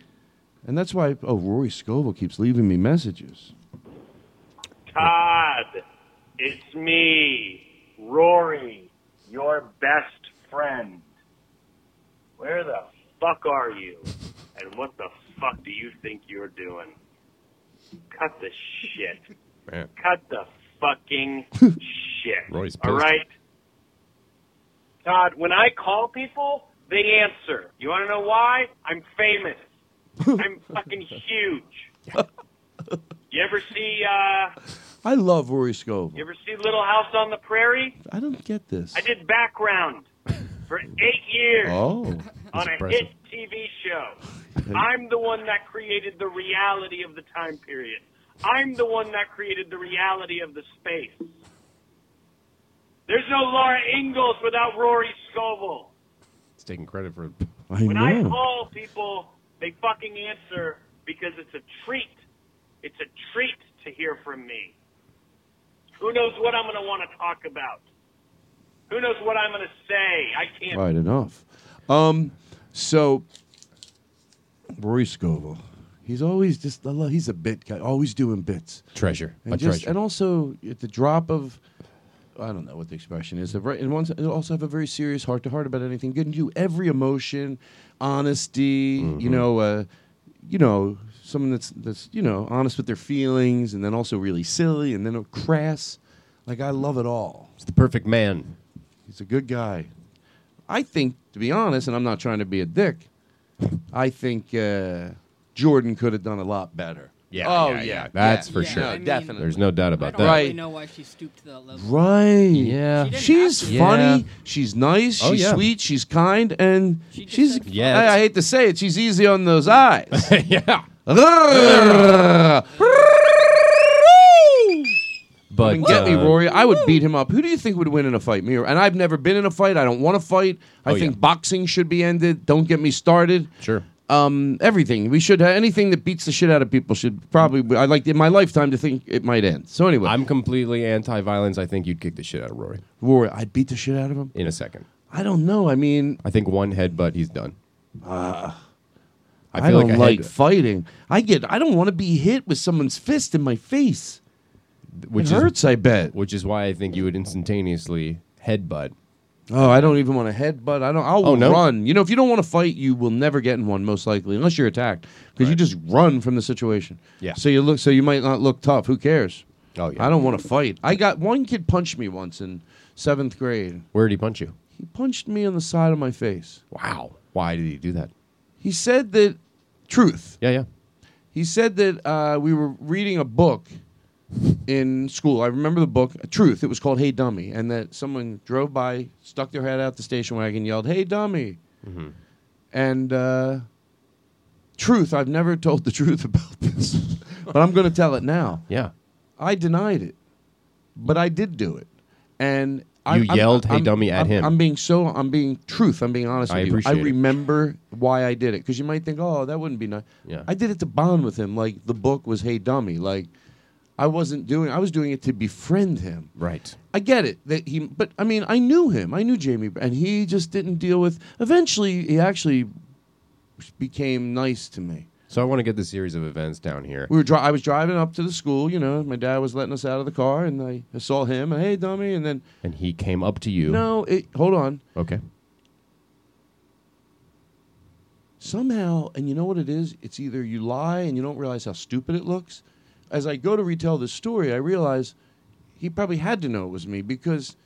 And that's why, oh, Rory Scovel keeps leaving me messages.
Todd, it's me, Rory, your best friend. Where the fuck are you? And what the fuck do you think you're doing? Cut the shit.
Man.
Cut the fucking shit.
Roy's pissed.
All right? Todd, when I call people, they answer. You want to know why? I'm famous. I'm fucking huge. You ever see uh
I love Rory Scovel.
you ever see Little House on the Prairie?
I don't get this.
I did background for eight years
Oh.
on a
impressive.
hit TV show. I'm the one that created the reality of the time period. I'm the one that created the reality of the space. There's no Laura Ingalls without Rory Scovel.
It's taking credit for.
I
When I call people, they fucking answer because it's a treat. It's a treat to hear from me. Who knows what I'm going to want to talk about? Who knows what I'm going to say? I can't.
Right enough. Um, so Rory Scovel, he's always just I love, he's a bit guy, always doing bits.
Treasure,
and
a
just,
treasure.
and also at the drop of. I don't know what the expression is. the Right, and once and also have a very serious heart to heart about anything. Good and you every emotion, honesty.
Mm-hmm.
You know, uh, you know, someone that's that's you know honest with their feelings, and then also really silly, and then uh, crass. Like I love it all.
It's the perfect man.
He's a good guy. I think, to be honest, and I'm not trying to be a dick, I think uh, Jordan could have done a lot better.
Yeah,
Oh,
yeah,
yeah.
yeah. That's for
yeah.
sure.
No,
I mean,
definitely.
There's no doubt about
I don't
that.
really know why she stooped to that level.
Right.
Yeah. She didn't
She's
have to.
funny.
Yeah.
She's nice.
Oh,
she's
yeah.
sweet. She's kind. And she's,
Yeah,
I,
that's-
I hate to say it, she's easy on those eyes.
yeah.
But
But,
get me,
uh,
Rory. I would beat him up. Who do you think would win in a fight, me or? And I've never been in a fight. I don't want to fight. I
Oh,
think
yeah.
boxing should be ended. Don't get me started.
Sure.
Um, everything we should have anything that beats the shit out of people should probably. I like in my lifetime to think it might end. So anyway,
I'm completely anti-violence. I think you'd kick the shit out of Rory
Rory, I'd beat the shit out of him.
in a second.
I don't know. I mean,
I think one headbutt, he's done.
I,
I feel
don't
like
like,
a head-
fighting. I get. I don't want to be hit with someone's fist in my face.
Which
It hurts, I bet.
Which is why I think you would instantaneously headbutt.
Oh, I don't even want to headbutt. I don't. I'll
Oh, no?
run. You know, if you don't want to fight, you will never get in one, most likely, unless you're attacked, because you just run from the situation.
Yeah.
So you look. So you might not look tough. Who cares?
Oh yeah.
I don't want to fight. I got one kid punched me once in seventh grade.
Where did he punch you?
He punched me on the side of my face.
Wow. Why did he do that?
He said that truth.
Yeah, yeah.
He said that uh, we were reading a book in school. I remember the book, Truth. It was called Hey Dummy, and that someone drove by, stuck their head out the station wagon, yelled, "Hey Dummy!"
Mm-hmm.
And uh, truth, I've never told the truth about this, but I'm going to tell it now.
Yeah.
I denied it, but I did do it. and
You yelled, "Hey, dummy," at
I'm-
him.
I'm being so I'm being truth. I'm being honest
I
with you. I
appreciate it.
remember why I did it because you might think, oh, that wouldn't be nice.
Yeah.
I did it to bond with him. Like the book was, hey, dummy. Like I wasn't doing. I was doing it to befriend him.
Right.
I get it that he, but I mean, I knew him. I knew Jamie, and he just didn't deal with. Eventually, he actually became nice to me.
So I want to get the series of events down here.
We were dri- I was driving up to the school. You know, my dad was letting us out of the car, and I, I saw him. And, hey, dummy, and then
and he came up to you.
no, it, hold on.
Okay.
somehow, and you know what it is? It's either you lie and you don't realize how stupid it looks. As I go to retell this story, I realize he probably had to know it was me because,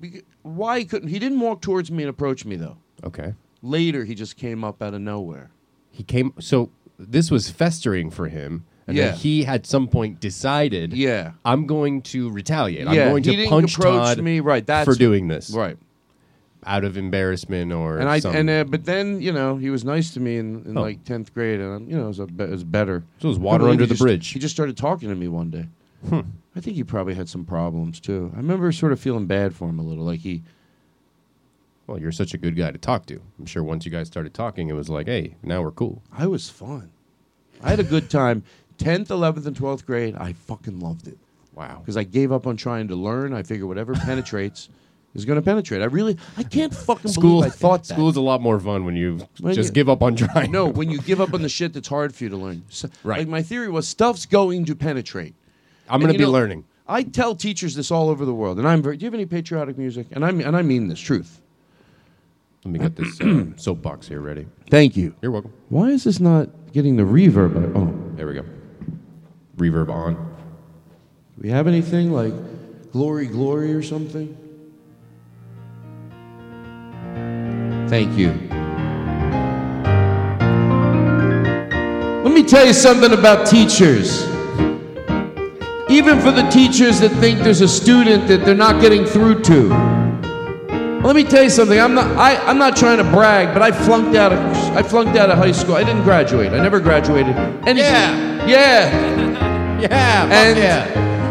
beca- why he couldn't he didn't walk towards me and approach me though.
Okay.
Later, he just came up out of nowhere.
He came. So this was festering for him. And then
Yeah.
he at some point decided,
Yeah.
I'm going to retaliate.
Yeah,
I'm going
he
to
didn't
punch
approach
Todd
me, right, that's-
for doing this.
Right.
Out of embarrassment or
and I
some-
and uh, but then you know he was nice to me in, in
Oh.
like tenth grade, and you know it was, a be- it was better.
So it was
I
water
believe
under
he
the
just-
bridge. Hmm.
He just started talking to me one day. I think he probably had some problems too. I remember sort of feeling bad for him a little, like he
Well, you're such a good guy to talk to. I'm sure once you guys started talking, it was like, hey, now we're cool.
I was fun. I had a good time. 10th, 11th, and 12th grade, I fucking loved it.
Wow.
Because I gave up on trying to learn. I figured whatever penetrates is going to penetrate. I really, I can't fucking
School,
believe I thought that.
School's a lot more fun when you
When
just
you-
give up on trying.
No, when you give up on the shit that's hard for you to learn. So,
Right.
Like my theory was stuff's going to penetrate.
I'm
And
gonna
you
be
know,
learning.
I tell teachers this all over the world, and I'm very. Do you have any patriotic music? And I mean, and I mean this truth.
Let me get this uh, soapbox here ready.
Thank you.
You're welcome.
Why is this not getting the reverb? I- Oh,
There we go. Reverb on.
do we have anything like "Glory, Glory" or something? Thank you. Let me tell you something about teachers. Even for the teachers that think there's a student that they're not getting through to. Let me tell you something. I'm not. I, I'm not trying to brag, but I flunked out of. I flunked out of high school. I didn't graduate. I never graduated. And yeah, yeah,
yeah.
And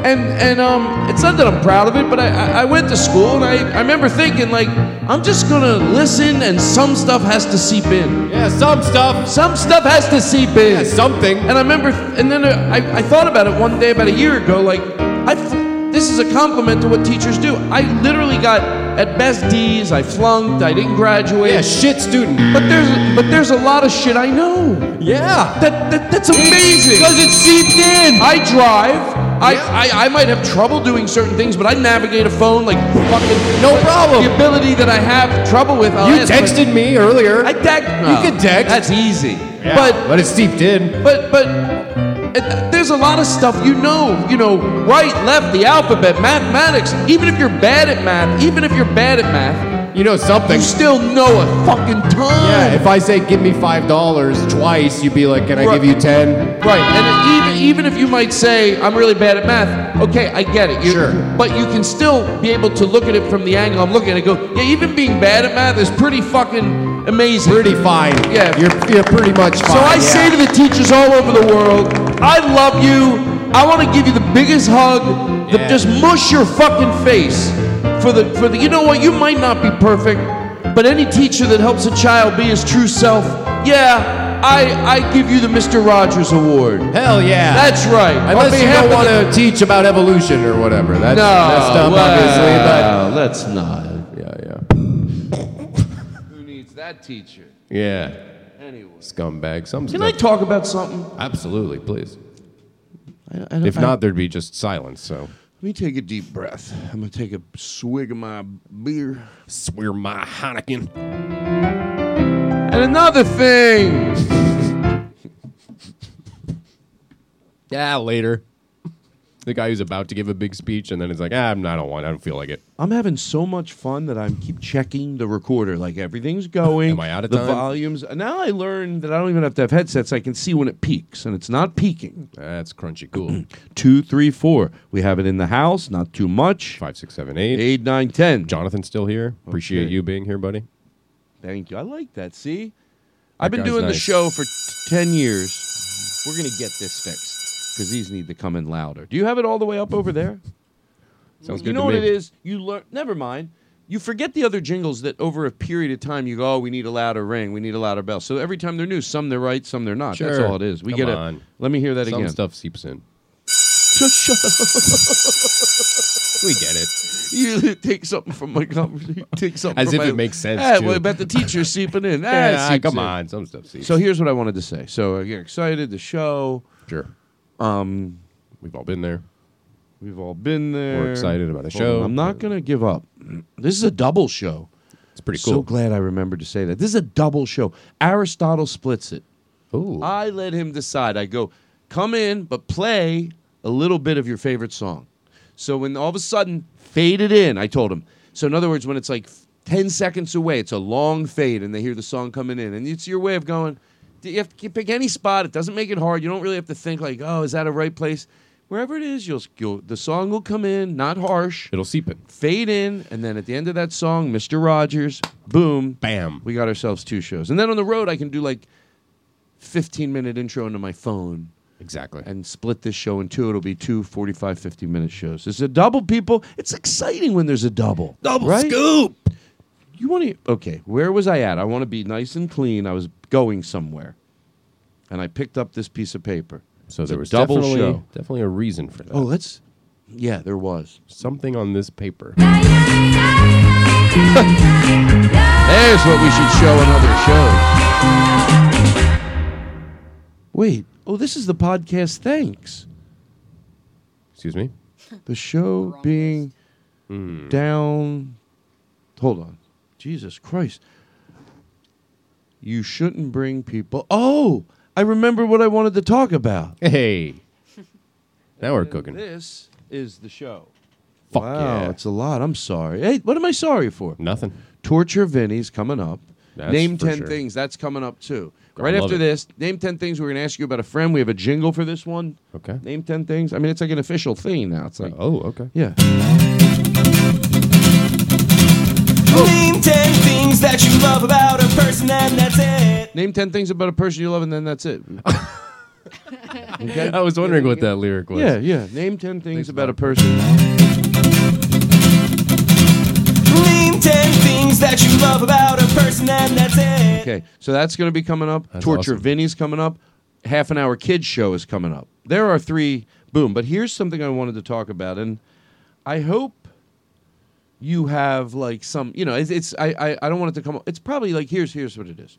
and and um, it's not that I'm proud of it, but I I, I went to school and I, I remember thinking like I'm just gonna listen and some stuff has to seep in.
Yeah, some stuff.
Some stuff has to seep in. Yeah,
something.
And I remember, and then I I thought about it one day about a year ago. Like I. Fl- this is a compliment to what teachers do. I literally got at best D's. I flunked. I didn't graduate. Yeah,
shit student.
But there's but there's a lot of shit I know.
Yeah.
That, that that's amazing. Because
it seeped in.
I drive. I, I, I might have trouble doing certain things, but I navigate a phone like fucking
no problem.
The ability that I have trouble with. I'll
You
ask, but-
texted me earlier.
I text.
You can text.
That's easy.
Yeah,
But
but it seeped in.
but but uh, there's a lot of stuff you know. You know, right, left, the alphabet, mathematics. Even if you're bad at math, even if you're bad at math,
you know something.
You still know a fucking ton.
Yeah, if I say give me five dollars twice, you'd be like, "Can I
Right.
give you ten?
Right, and even even if you might say I'm really bad at math, okay, I get it. You're, sure, but you can still be able to look at it from the angle I'm looking at it. Go, yeah, even being bad at math is pretty fucking amazing.
Pretty fine.
Yeah.
you're you're pretty much
So
fine."
I
yeah.
say to the teachers all over the world, I love you. I want to give you the biggest hug. The,
Yeah.
Just mush your fucking face for the for the. You know what? You might not be perfect, but any teacher that helps a child be his true self, yeah, I I give you the Mister Rogers Award.
Hell yeah.
That's right. On
Unless you
behalf
don't
of
want
the-
to teach about evolution or whatever. That's
No,
messed up,
well,
obviously.
let's not.
But yeah, yeah,
Who needs that teacher?
yeah.
Anyway.
Scumbag. Some
Can
stuff.
I talk about something?
Absolutely, please.
I don't-
if
I-
not, there'd be just silence. So
Let me take a deep breath. I'm gonna take a swig of my beer.
swear my Heineken.
And another thing.
Yeah, later. The guy who's about to give a big speech and then it's like, ah, I'm not. I don't want. I don't feel like it.
I'm having so much fun that I'm keep checking the recorder. Like everything's going.
Am I out of
the
time?
volumes? Now I learned that I don't even have to have headsets. I can see when it peaks, and it's not peaking.
That's crunchy. Cool.
Two, three, four. We have it in the house. Not too much.
Five, six, seven, eight.
Eight, nine, ten.
Jonathan's still here. Appreciate
Okay.
you being here, buddy.
Thank you. I like that. See, I've been
guy's
doing the
nice.
show for t- ten years. We're gonna get this fixed because these need to come in louder. Do you have it all the way up over there?
Sounds
you
good
know
to
what
me.
it is? You learn. Never mind. You forget the other jingles that over a period of time you go, oh, we need a louder ring, we need a louder bell. So every time they're new, some they're right, some they're not. That's
Sure.
all it is. We
Come
get it.
on.
Let me hear that
Some
again.
stuff seeps in.
we get it. You take something from my conversation. Take something
As
from
if
my-
it makes sense,
Ah,
too.
well, about the teacher seeping in. Ah, it
Yeah,
seeps
come
in.
on, some stuff seeps.
So here's what I wanted to say. So uh, you're excited. The show.
Sure.
Um,
we've all been there.
We've all been there.
excited about a
Hold on,
show.
I'm not gonna give up. This is a double show.
It's pretty
So
cool.
glad I remembered to say that. This is a double show. Aristotle splits it. I let him decide. I go, come in, but play a little bit of your favorite song. So when all of a sudden faded in, I told him. So in other words, when it's like f- ten seconds away, it's a long fade, and they hear the song coming in, and it's your way of going. d- You have to pick any spot. It doesn't make it hard. You don't really have to think like, oh, is that a right place? Wherever it is, you'll, you'll the song will come in, not harsh.
It'll seep in,
fade in, and then at the end of that song, Mister Rogers, boom,
bam,
we got ourselves two shows. And then on the road, I can do like 15 minute intro into my phone.
Exactly.
And split this show in two. It'll be two 45, 50 minute shows. It's a double, people. It's exciting when there's a double.
Double
right?
scoop.
You want to. Okay, where was I at? I want to be nice and clean. I was going somewhere. And I picked up this piece of paper.
So
It's
there
a
was
double
definitely,
show.
definitely a reason for that.
Oh, let's. Yeah, there was
something on this paper.
There's what we should show in other shows. Wait. Oh, this is the podcast. Thanks.
Excuse me.
The show being down. Hold on. Jesus Christ. You shouldn't bring people. Oh, I remember what I wanted to talk about.
Hey. Now we're cooking.
This is the show.
Fuck
wow,
yeah.
it's a lot. I'm sorry. Hey, what am I sorry for?
Nothing.
Torture Vinny's coming up.
That's
name
for
10
sure.
things. That's coming up too.
I
right
love
after
it.
this, name 10 things we're going to ask you about a friend. We have a jingle for this one.
Okay.
Name 10 things. I mean, it's like an official thing now. It's like
Oh, okay.
Yeah.
Name 10 things that you love about a person, and that's it.
Name 10 things about a person you love and then that's it. Okay?
I was wondering what that lyric was.
Yeah, yeah. Name 10 things about a person.
Name 10 things that you love about a person, and that's it.
Okay, so that's going to be coming up. Torture Vinny's coming up. Half an hour kids show is coming up. There are three. Boom. But here's something I wanted to talk about, and I hope you have like some. You know, it's. it's I, I. I don't want it to come. It's probably like here's here's what it is.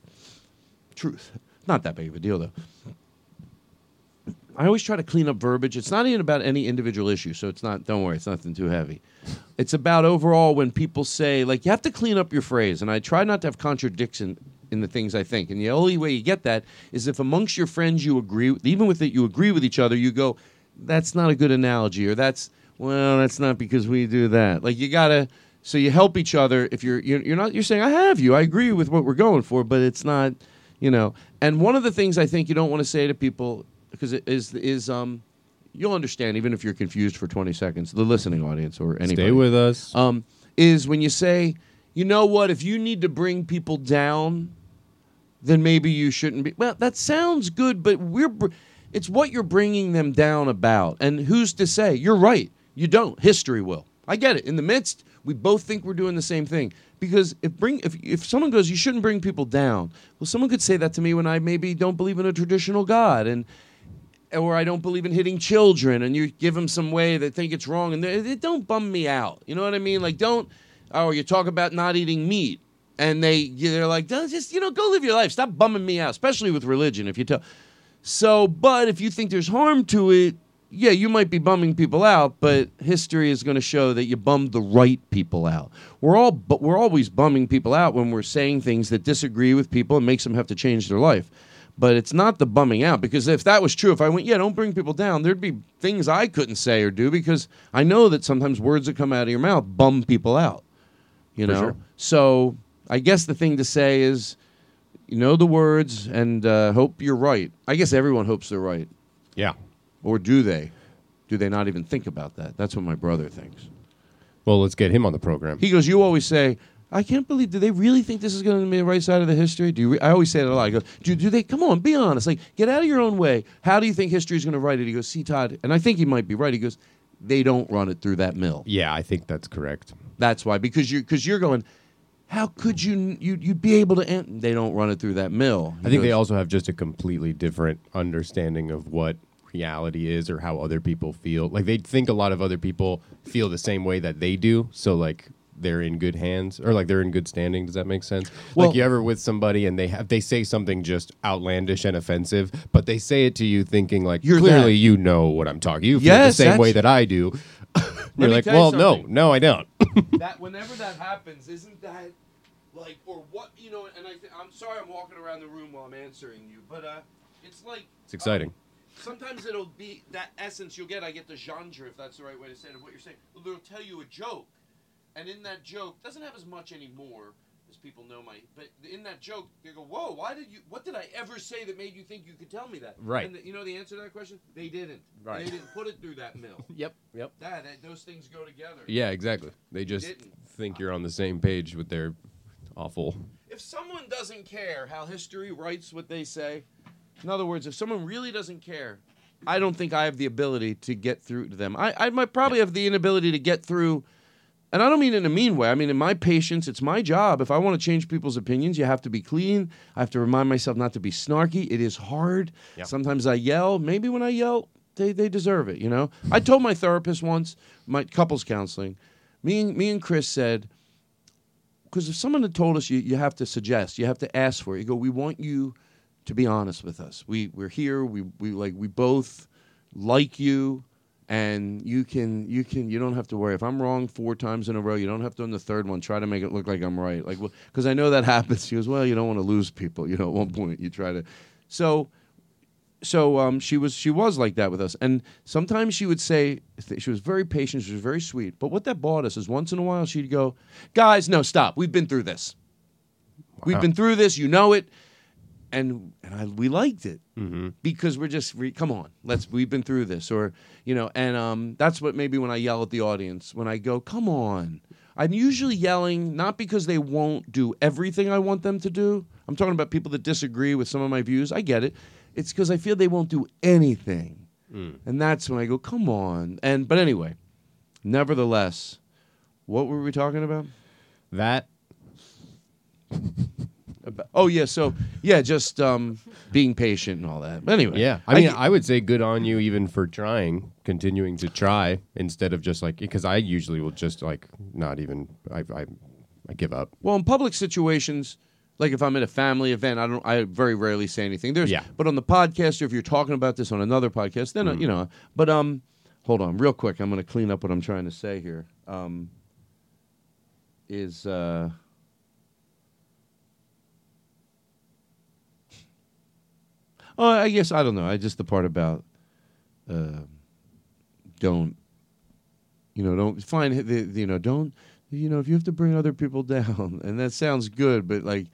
Truth. Not that big of a deal though. I always try to clean up verbiage. It's not even about any individual issue, so it's not. Don't worry, it's nothing too heavy. It's about overall when people say like you have to clean up your phrase, and I try not to have contradiction in the things I think. And the only way you get that is if amongst your friends you agree, with- even with it you agree with each other. You go, that's not a good analogy, or that's well, that's not because we do that. Like you gotta. So you help each other if you're you're, you're not you're saying I have you I agree with what we're going for but it's not you know and one of the things I think you don't want to say to people because it is is um you'll understand even if you're confused for 20 seconds the listening audience or anybody
Stay with us.
um is when you say you know what if you need to bring people down then maybe you shouldn't be well that sounds good but we're br- it's what you're bringing them down about and who's to say you're right you don't history will i get it in the midst we both think we're doing the same thing because if bring if, if someone goes you shouldn't bring people down well someone could say that to me when i maybe don't believe in a traditional god and or I don't believe in hitting children, and you give them some way they think it's wrong, and they, they don't bum me out. You know what I mean? Like, don't. Oh, you talk about not eating meat, and they they're like, "Don't- just you know, go live your life. Stop bumming me out, especially with religion. If you tell, so, but if you think there's harm to it, yeah, you might be bumming people out, but history is going to show that you bummed the right people out. We're all, but we're always bumming people out when we're saying things that disagree with people and makes them have to change their life. But it's not the bumming out because if that was true, if I went, yeah, don't bring people down, there'd be things I couldn't say or do because I know that sometimes words that come out of your mouth bum people out. You
For
know,
sure.
so I guess the thing to say is, you know the words and uh, hope you're right. I guess everyone hopes they're right.
Yeah.
Or do they? Do they not even think about that? That's what my brother thinks.
Well, let's get him on the program.
He goes, "You always say." I can't believe. Do they really think this is going to be the right side of the history? Do you re-? I always say that a lot? I go, do, do they? Come on, be honest. Like, get out of your own way. How do you think history is going to write it? He goes, see, Todd, and I think he might be right. He goes, they don't run it through that mill.
Yeah, I think that's correct.
That's why because you're because you're going. How could you you you'd be able to? End? They don't run it through that mill.
I think they also have just a completely different understanding of what reality is or how other people feel. Like they think a lot of other people feel the same way that they do. So like they're in good hands or like they're in good standing. Does that make sense?
Well-
like you ever with somebody and they have they say something just outlandish and offensive, but they say it to you thinking like
You're
clearly
that.
you know what I'm talking. You feel
Yes,
the same way
that's-
that I do.
me
You're like,
tell you
well, no,
something.
no, I don't.
that whenever that happens, isn't that like or what you know? And I th- I'm sorry, I'm walking around the room while I'm answering you, but uh, it's like uh,
It's exciting.
Sometimes it'll be that essence you'll get. I get the genre, if that's the right way to say it, of what you're saying. They'll tell you a joke, and in that joke doesn't have as much anymore as people know my. But in that joke, they go, "Whoa, why did you? What did I ever say that made you think you could tell me that?"
Right.
And the, you know the answer to that question? They didn't.
Right.
They didn't put it through that mill.
Yep, yep.
That, that those things go together.
Yeah, exactly. They just
Didn't.
think you're on the same page with their awful.
If someone doesn't care how history writes what they say, in other words, if someone really doesn't care, I don't think I have the ability to get through to them. I, I might probably have the inability to get through, and I don't mean in a mean way. I mean in my patience. It's my job. If I want to change people's opinions, you have to be clean. I have to remind myself not to be snarky. It is hard.
Yeah.
Sometimes I yell. Maybe when I yell, they, they deserve it. You know. I told my therapist once, my couples counseling. Me and me and Chris said, because if someone had told us you, you have to suggest, you have to ask for it, you go, we want you to be honest with us. We we're here, we we like we both like you and you can you can you don't have to worry if i'm wrong four times in a row you don't have to on the third one try to make it look like i'm right like because i know that happens she goes well you don't want to lose people you know at one point you try to so so um, she was she was like that with us, and sometimes she would say th- she was very patient, she was very sweet. But what that bought us is once in a while she'd go, "Guys, no, stop. We've been through this. We've
Wow.
been through this. You know it." And and I, we liked it
Mm-hmm.
because we're just re- come on, let's we've been through this, or you know, and um, that's what maybe when I yell at the audience when I go, "Come on." I'm usually yelling not because they won't do everything I want them to do. I'm talking about people that disagree with some of my views. I get it. It's because I feel they won't do anything.
Mm.
And that's when I go, come on. And but anyway, nevertheless, what were we talking about?
That.
oh yeah, so yeah, just um, being patient and all that. But anyway,
yeah. I mean,
get-
I, would say good on you even for trying, continuing to try instead of just like because I usually will just like not even I I, I give up.
Well, in public situations, like if I'm at a family event, I don't. I very rarely say anything. There's,
Yeah.
But on the podcast, or if you're talking about this on another podcast, then uh, you know. But um, hold on, real quick. I'm going to clean up what I'm trying to say here. Um, is uh. Oh, I guess I don't know. I just the part about uh, don't you know don't find the the- you know don't you know if you have to bring other people down and that sounds good, but like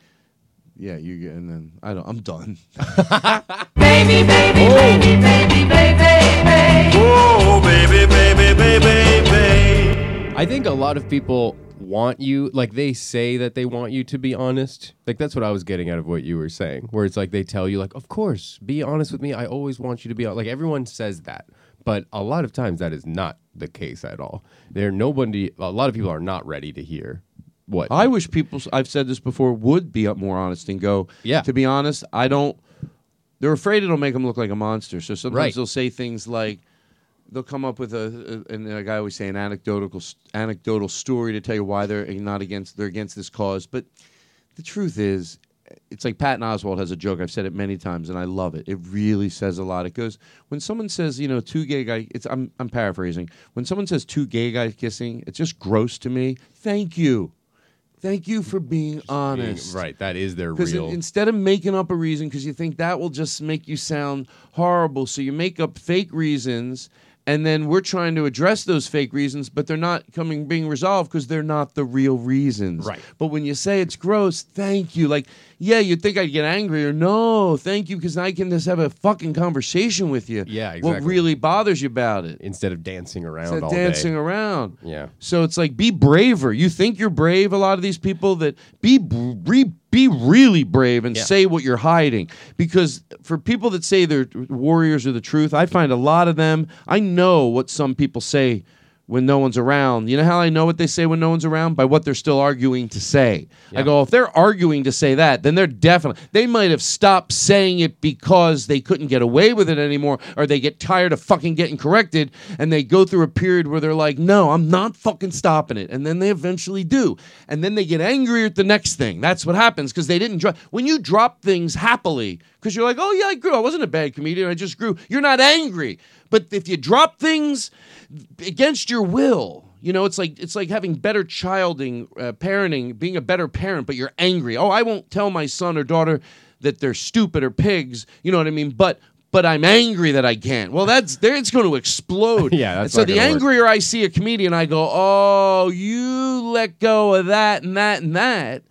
yeah, you get and then I don't. I'm done.
Baby, baby, baby, baby, baby, baby. Whoa, Oh, baby, baby, baby, baby.
I think a lot of people want you like they say that they want you to be honest. Like that's what I was getting out of what you were saying, where it's like they tell you like, "Of course, be honest with me. I always want you to be hon-" like everyone says that." But a lot of times that is not the case at all. There nobody a lot of people are not ready to hear what
I wish people. s- I've said this before. Would be more honest and go.
Yeah.
To be honest, I don't. They're afraid it'll make them look like a monster. So sometimes
Right.
they'll say things like, they'll come up with a, a and like I always say an anecdotal s- anecdotal story to tell you why they're not against they're against this cause. But the truth is, it's like Patton Oswald has a joke. I've said it many times, and I love it. It really says a lot. It goes when someone says, you know, two gay guy. It's I'm I'm paraphrasing. When someone says two gay guys kissing, it's just gross to me. Thank you, thank you for being
being-
honest.
right, that is their
Because in-
real
instead of making up a reason, because you think that will just make you sound horrible, so you make up fake reasons, and then we're trying to address those fake reasons, but they're not coming being resolved because they're not the real reasons. Right. But when you say it's gross, thank you. Like, yeah, you'd think I'd get angry, or no, thank you, because I can just have a fucking conversation with you.
Yeah,
What
exactly.
really bothers you about it
instead of dancing around
instead
all
of
day.
dancing around.
Yeah.
So it's like be braver. You think you're brave. A lot of these people that be br- be be really brave and
Yeah.
say what you're hiding. Because for people that say they're warriors of the truth, I find a lot of them, I know what some people say when no one's around. You know how I know what they say when no one's around? By what they're still arguing to say. I go, if they're arguing to say that, then they're definitely, they might have stopped saying it because they couldn't get away with it anymore or they get tired of fucking getting corrected and they go through a period where they're like, no, I'm not fucking stopping it. And then they eventually do. And then they get angrier at the next thing. That's what happens because they didn't drop. When you drop things happily, because you're like, oh yeah, I grew. I wasn't a bad comedian. I just grew. You're not angry. But if you drop things against your will, you know, it's like it's like having better childing, uh, parenting, being a better parent, but you're angry. Oh, I won't tell my son or daughter that they're stupid or pigs. You know what I mean? But but I'm angry that I can't. Well, that's there. It's going to explode.
Yeah,
And
that's
so
not
the
gonna work.
angrier I see a comedian, I go, oh, you let go of that and that and that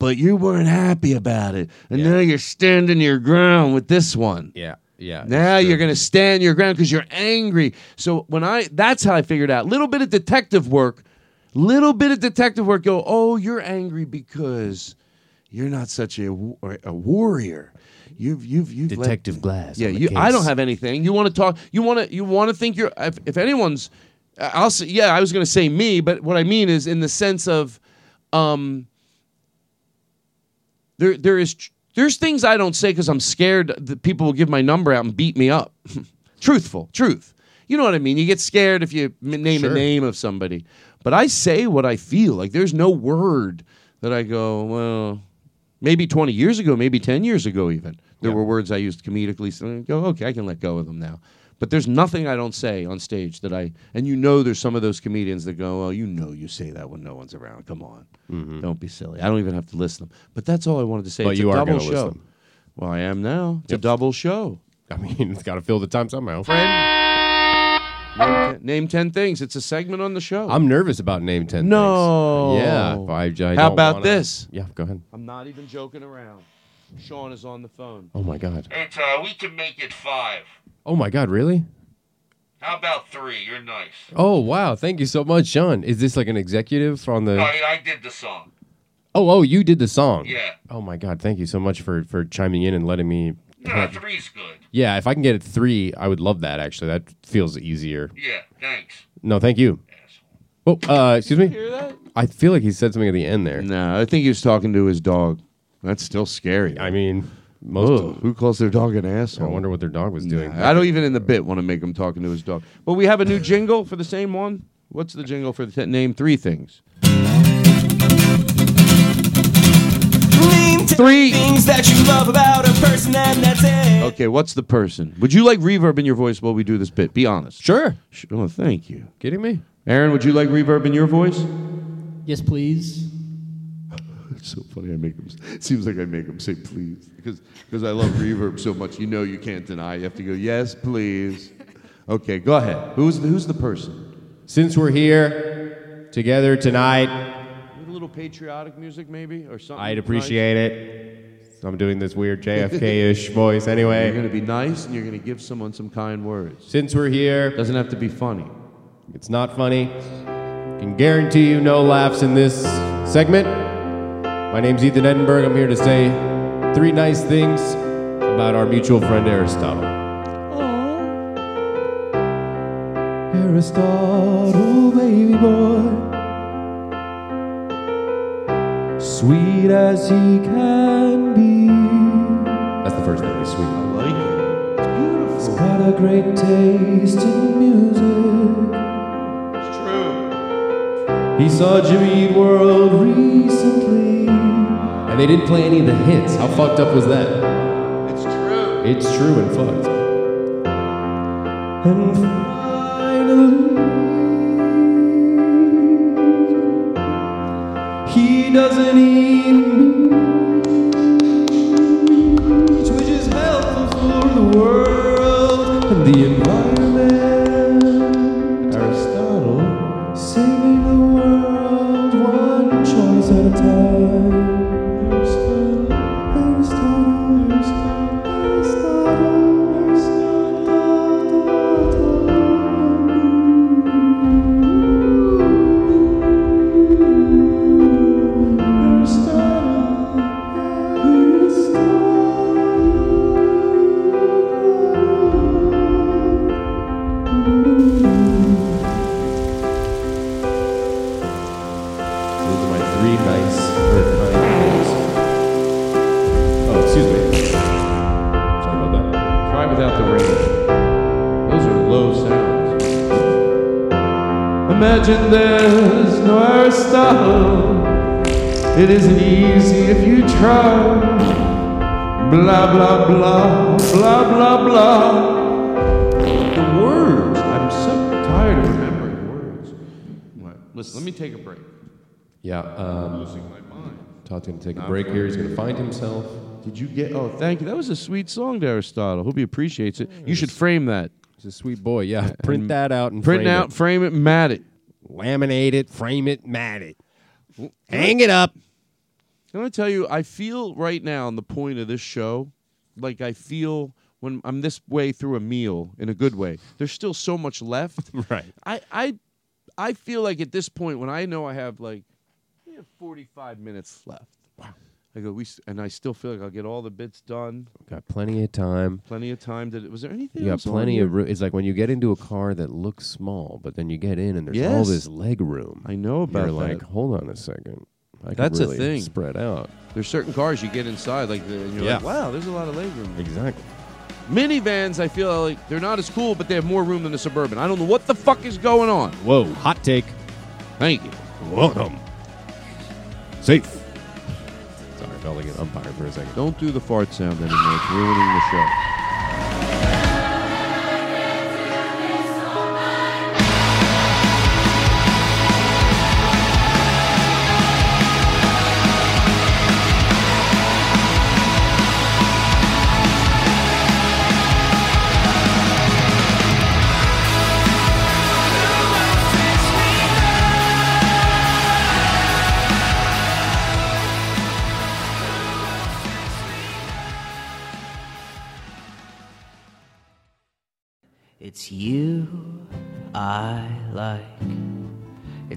but you weren't happy about it. And now you're standing your ground with this one.
Yeah. Yeah.
Now you're going to stand your ground because you're angry. So when I, that's how I figured out. Little bit of detective work, little bit of detective work. Go, oh, you're angry because you're not such a, wa- a warrior. You've you've you've let-
Detective Glass
Yeah,
on the
you, I
case.
don't have anything. You want to talk? You want to you want to think you're? If, if anyone's, I'll say. Yeah, I was going to say me, but what I mean is in the sense of, um, there there is tr- there's things I don't say because I'm scared that people will give my number out and beat me up. Truthful, truth. You know what I mean. You get scared if you m- name a
Sure.
name of somebody, but I say what I feel. Like there's no word that I go well. Maybe 20 years ago, maybe 10 years ago, even there were words I used comedically. So I go, okay, I can let go of them now. But there's nothing I don't say on stage that I, and you know, there's some of those comedians that go, oh, you know, you say that when no one's around. Come on, don't be silly. I don't even have to list them. But that's all I wanted to say.
Mm-hmm. But
it's
you
a
are
double
gonna list
show.
them.
Well, I am now. It's a double show.
I mean, it's got to fill the time somehow.
Name ten, name 10 things. It's a segment on the show.
I'm nervous about name ten.
No.
Things. Yeah. I, I
How
don't
about
wanna-
this?
Yeah. Go ahead.
I'm not even joking around. Sean is on the phone.
Oh my god.
Hey, Ty, uh, we can make it five.
Oh my god. Really?
How about three? You're nice.
Oh wow. Thank you so much, Sean. Is this like an executive on the?
I, I did the song.
Oh oh, you did the song.
Yeah.
Oh my god. Thank you so much for for chiming in and letting me.
Yeah, three's good.
Yeah. If I can get it three, I would love that. Actually, that feels easier.
Yeah, thanks.
No, thank you. Oh, uh, excuse me.
hear that?
I feel like he said something at the end there.
No, I think he was talking to his dog. That's still scary.
I mean, most
Ugh, who calls their dog an asshole?
I wonder what their dog was doing.
I don't even in the bit want to make him talking to his dog. But we have a new jingle for the same one. What's the jingle for the t- name three things?
Name ten things that you love about a person, and that's it.
Okay, what's the person? Would you like reverb in your voice while we do this bit? Be honest.
Sure.
Oh, thank you.
Kidding me?
Aaron, would you like reverb in your voice?
Yes, please.
It's so funny. I make them. It seems like I make them say please because because I love reverb so much. You know you can't deny. You have to go yes please. Okay, go ahead. Who's the, who's the person?
Since we're here together tonight,
A little patriotic music maybe or something.
I'd appreciate it. I'm doing this weird JFK-ish voice
You're
anyway.
gonna be nice and you're gonna give someone some kind words.
Since we're here,
doesn't have to be funny.
It's not funny. Can guarantee you no laughs in this segment. My name's Ethan Edinburgh. I'm here to say three nice things about our mutual friend Aristotle.
Aristotle, baby boy, sweet as he can be.
That's the first thing. He's sweet. I
like it.
He's got a great taste in music.
He saw Jimmy Eat World recently. And they didn't play any of the hits. How fucked up was that?
It's true.
It's true and fucked.
And finally, he doesn't eat meat, which is helpful for the world and the environment. Aristotle saving the world one choice at a time. Aristotle, Aristotle, Aristotle, Aristotle. Aristotle.
without the rain. Those are low sounds.
Imagine there's no Aristotle. It isn't easy if you try. Blah, blah, blah, blah, blah, blah. The words, I'm so tired of remembering words.
Listen, let me take a break.
Yeah. Um, Todd's going to take a break here. He's going to find himself.
Did you get? Oh, thank you. That was a sweet song to Aristotle. Hope he appreciates it. You should frame that.
He's a sweet boy. Yeah. Print that out and
print
frame
out,
it.
frame it, mat it,
laminate it, frame it, mat it, hang it up.
Can I tell you? I feel right now on the point of this show, like I feel when I'm this way through a meal in a good way. There's still so much left.
right.
I I I feel like at this point when I know I have like we have 45 minutes left. Wow. I go we s- and I still feel like I'll get all the bits done.
Got plenty of time.
Plenty of time. Did it, was there anything?
You got
else on
plenty
here?
of room. It's like when you get into a car that looks small, but then you get in and there's all
Yes.
this leg room. I
know about
You're like,
that.
hold on a second. I could
That's a
really
thing.
Spread out.
There's certain cars you get inside like the, and you're like
Yeah.
wow, there's a lot of legroom.
Exactly.
Minivans, I feel like they're not as cool, but they have more room than a suburban. I don't know what the fuck is going on.
Whoa, hot take.
Thank you.
Welcome. Safe. Sorry, I felt like an umpire for a second.
Don't do the fart sound anymore. It's ruining the show.
It's you I like.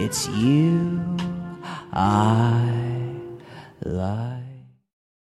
It's you I like.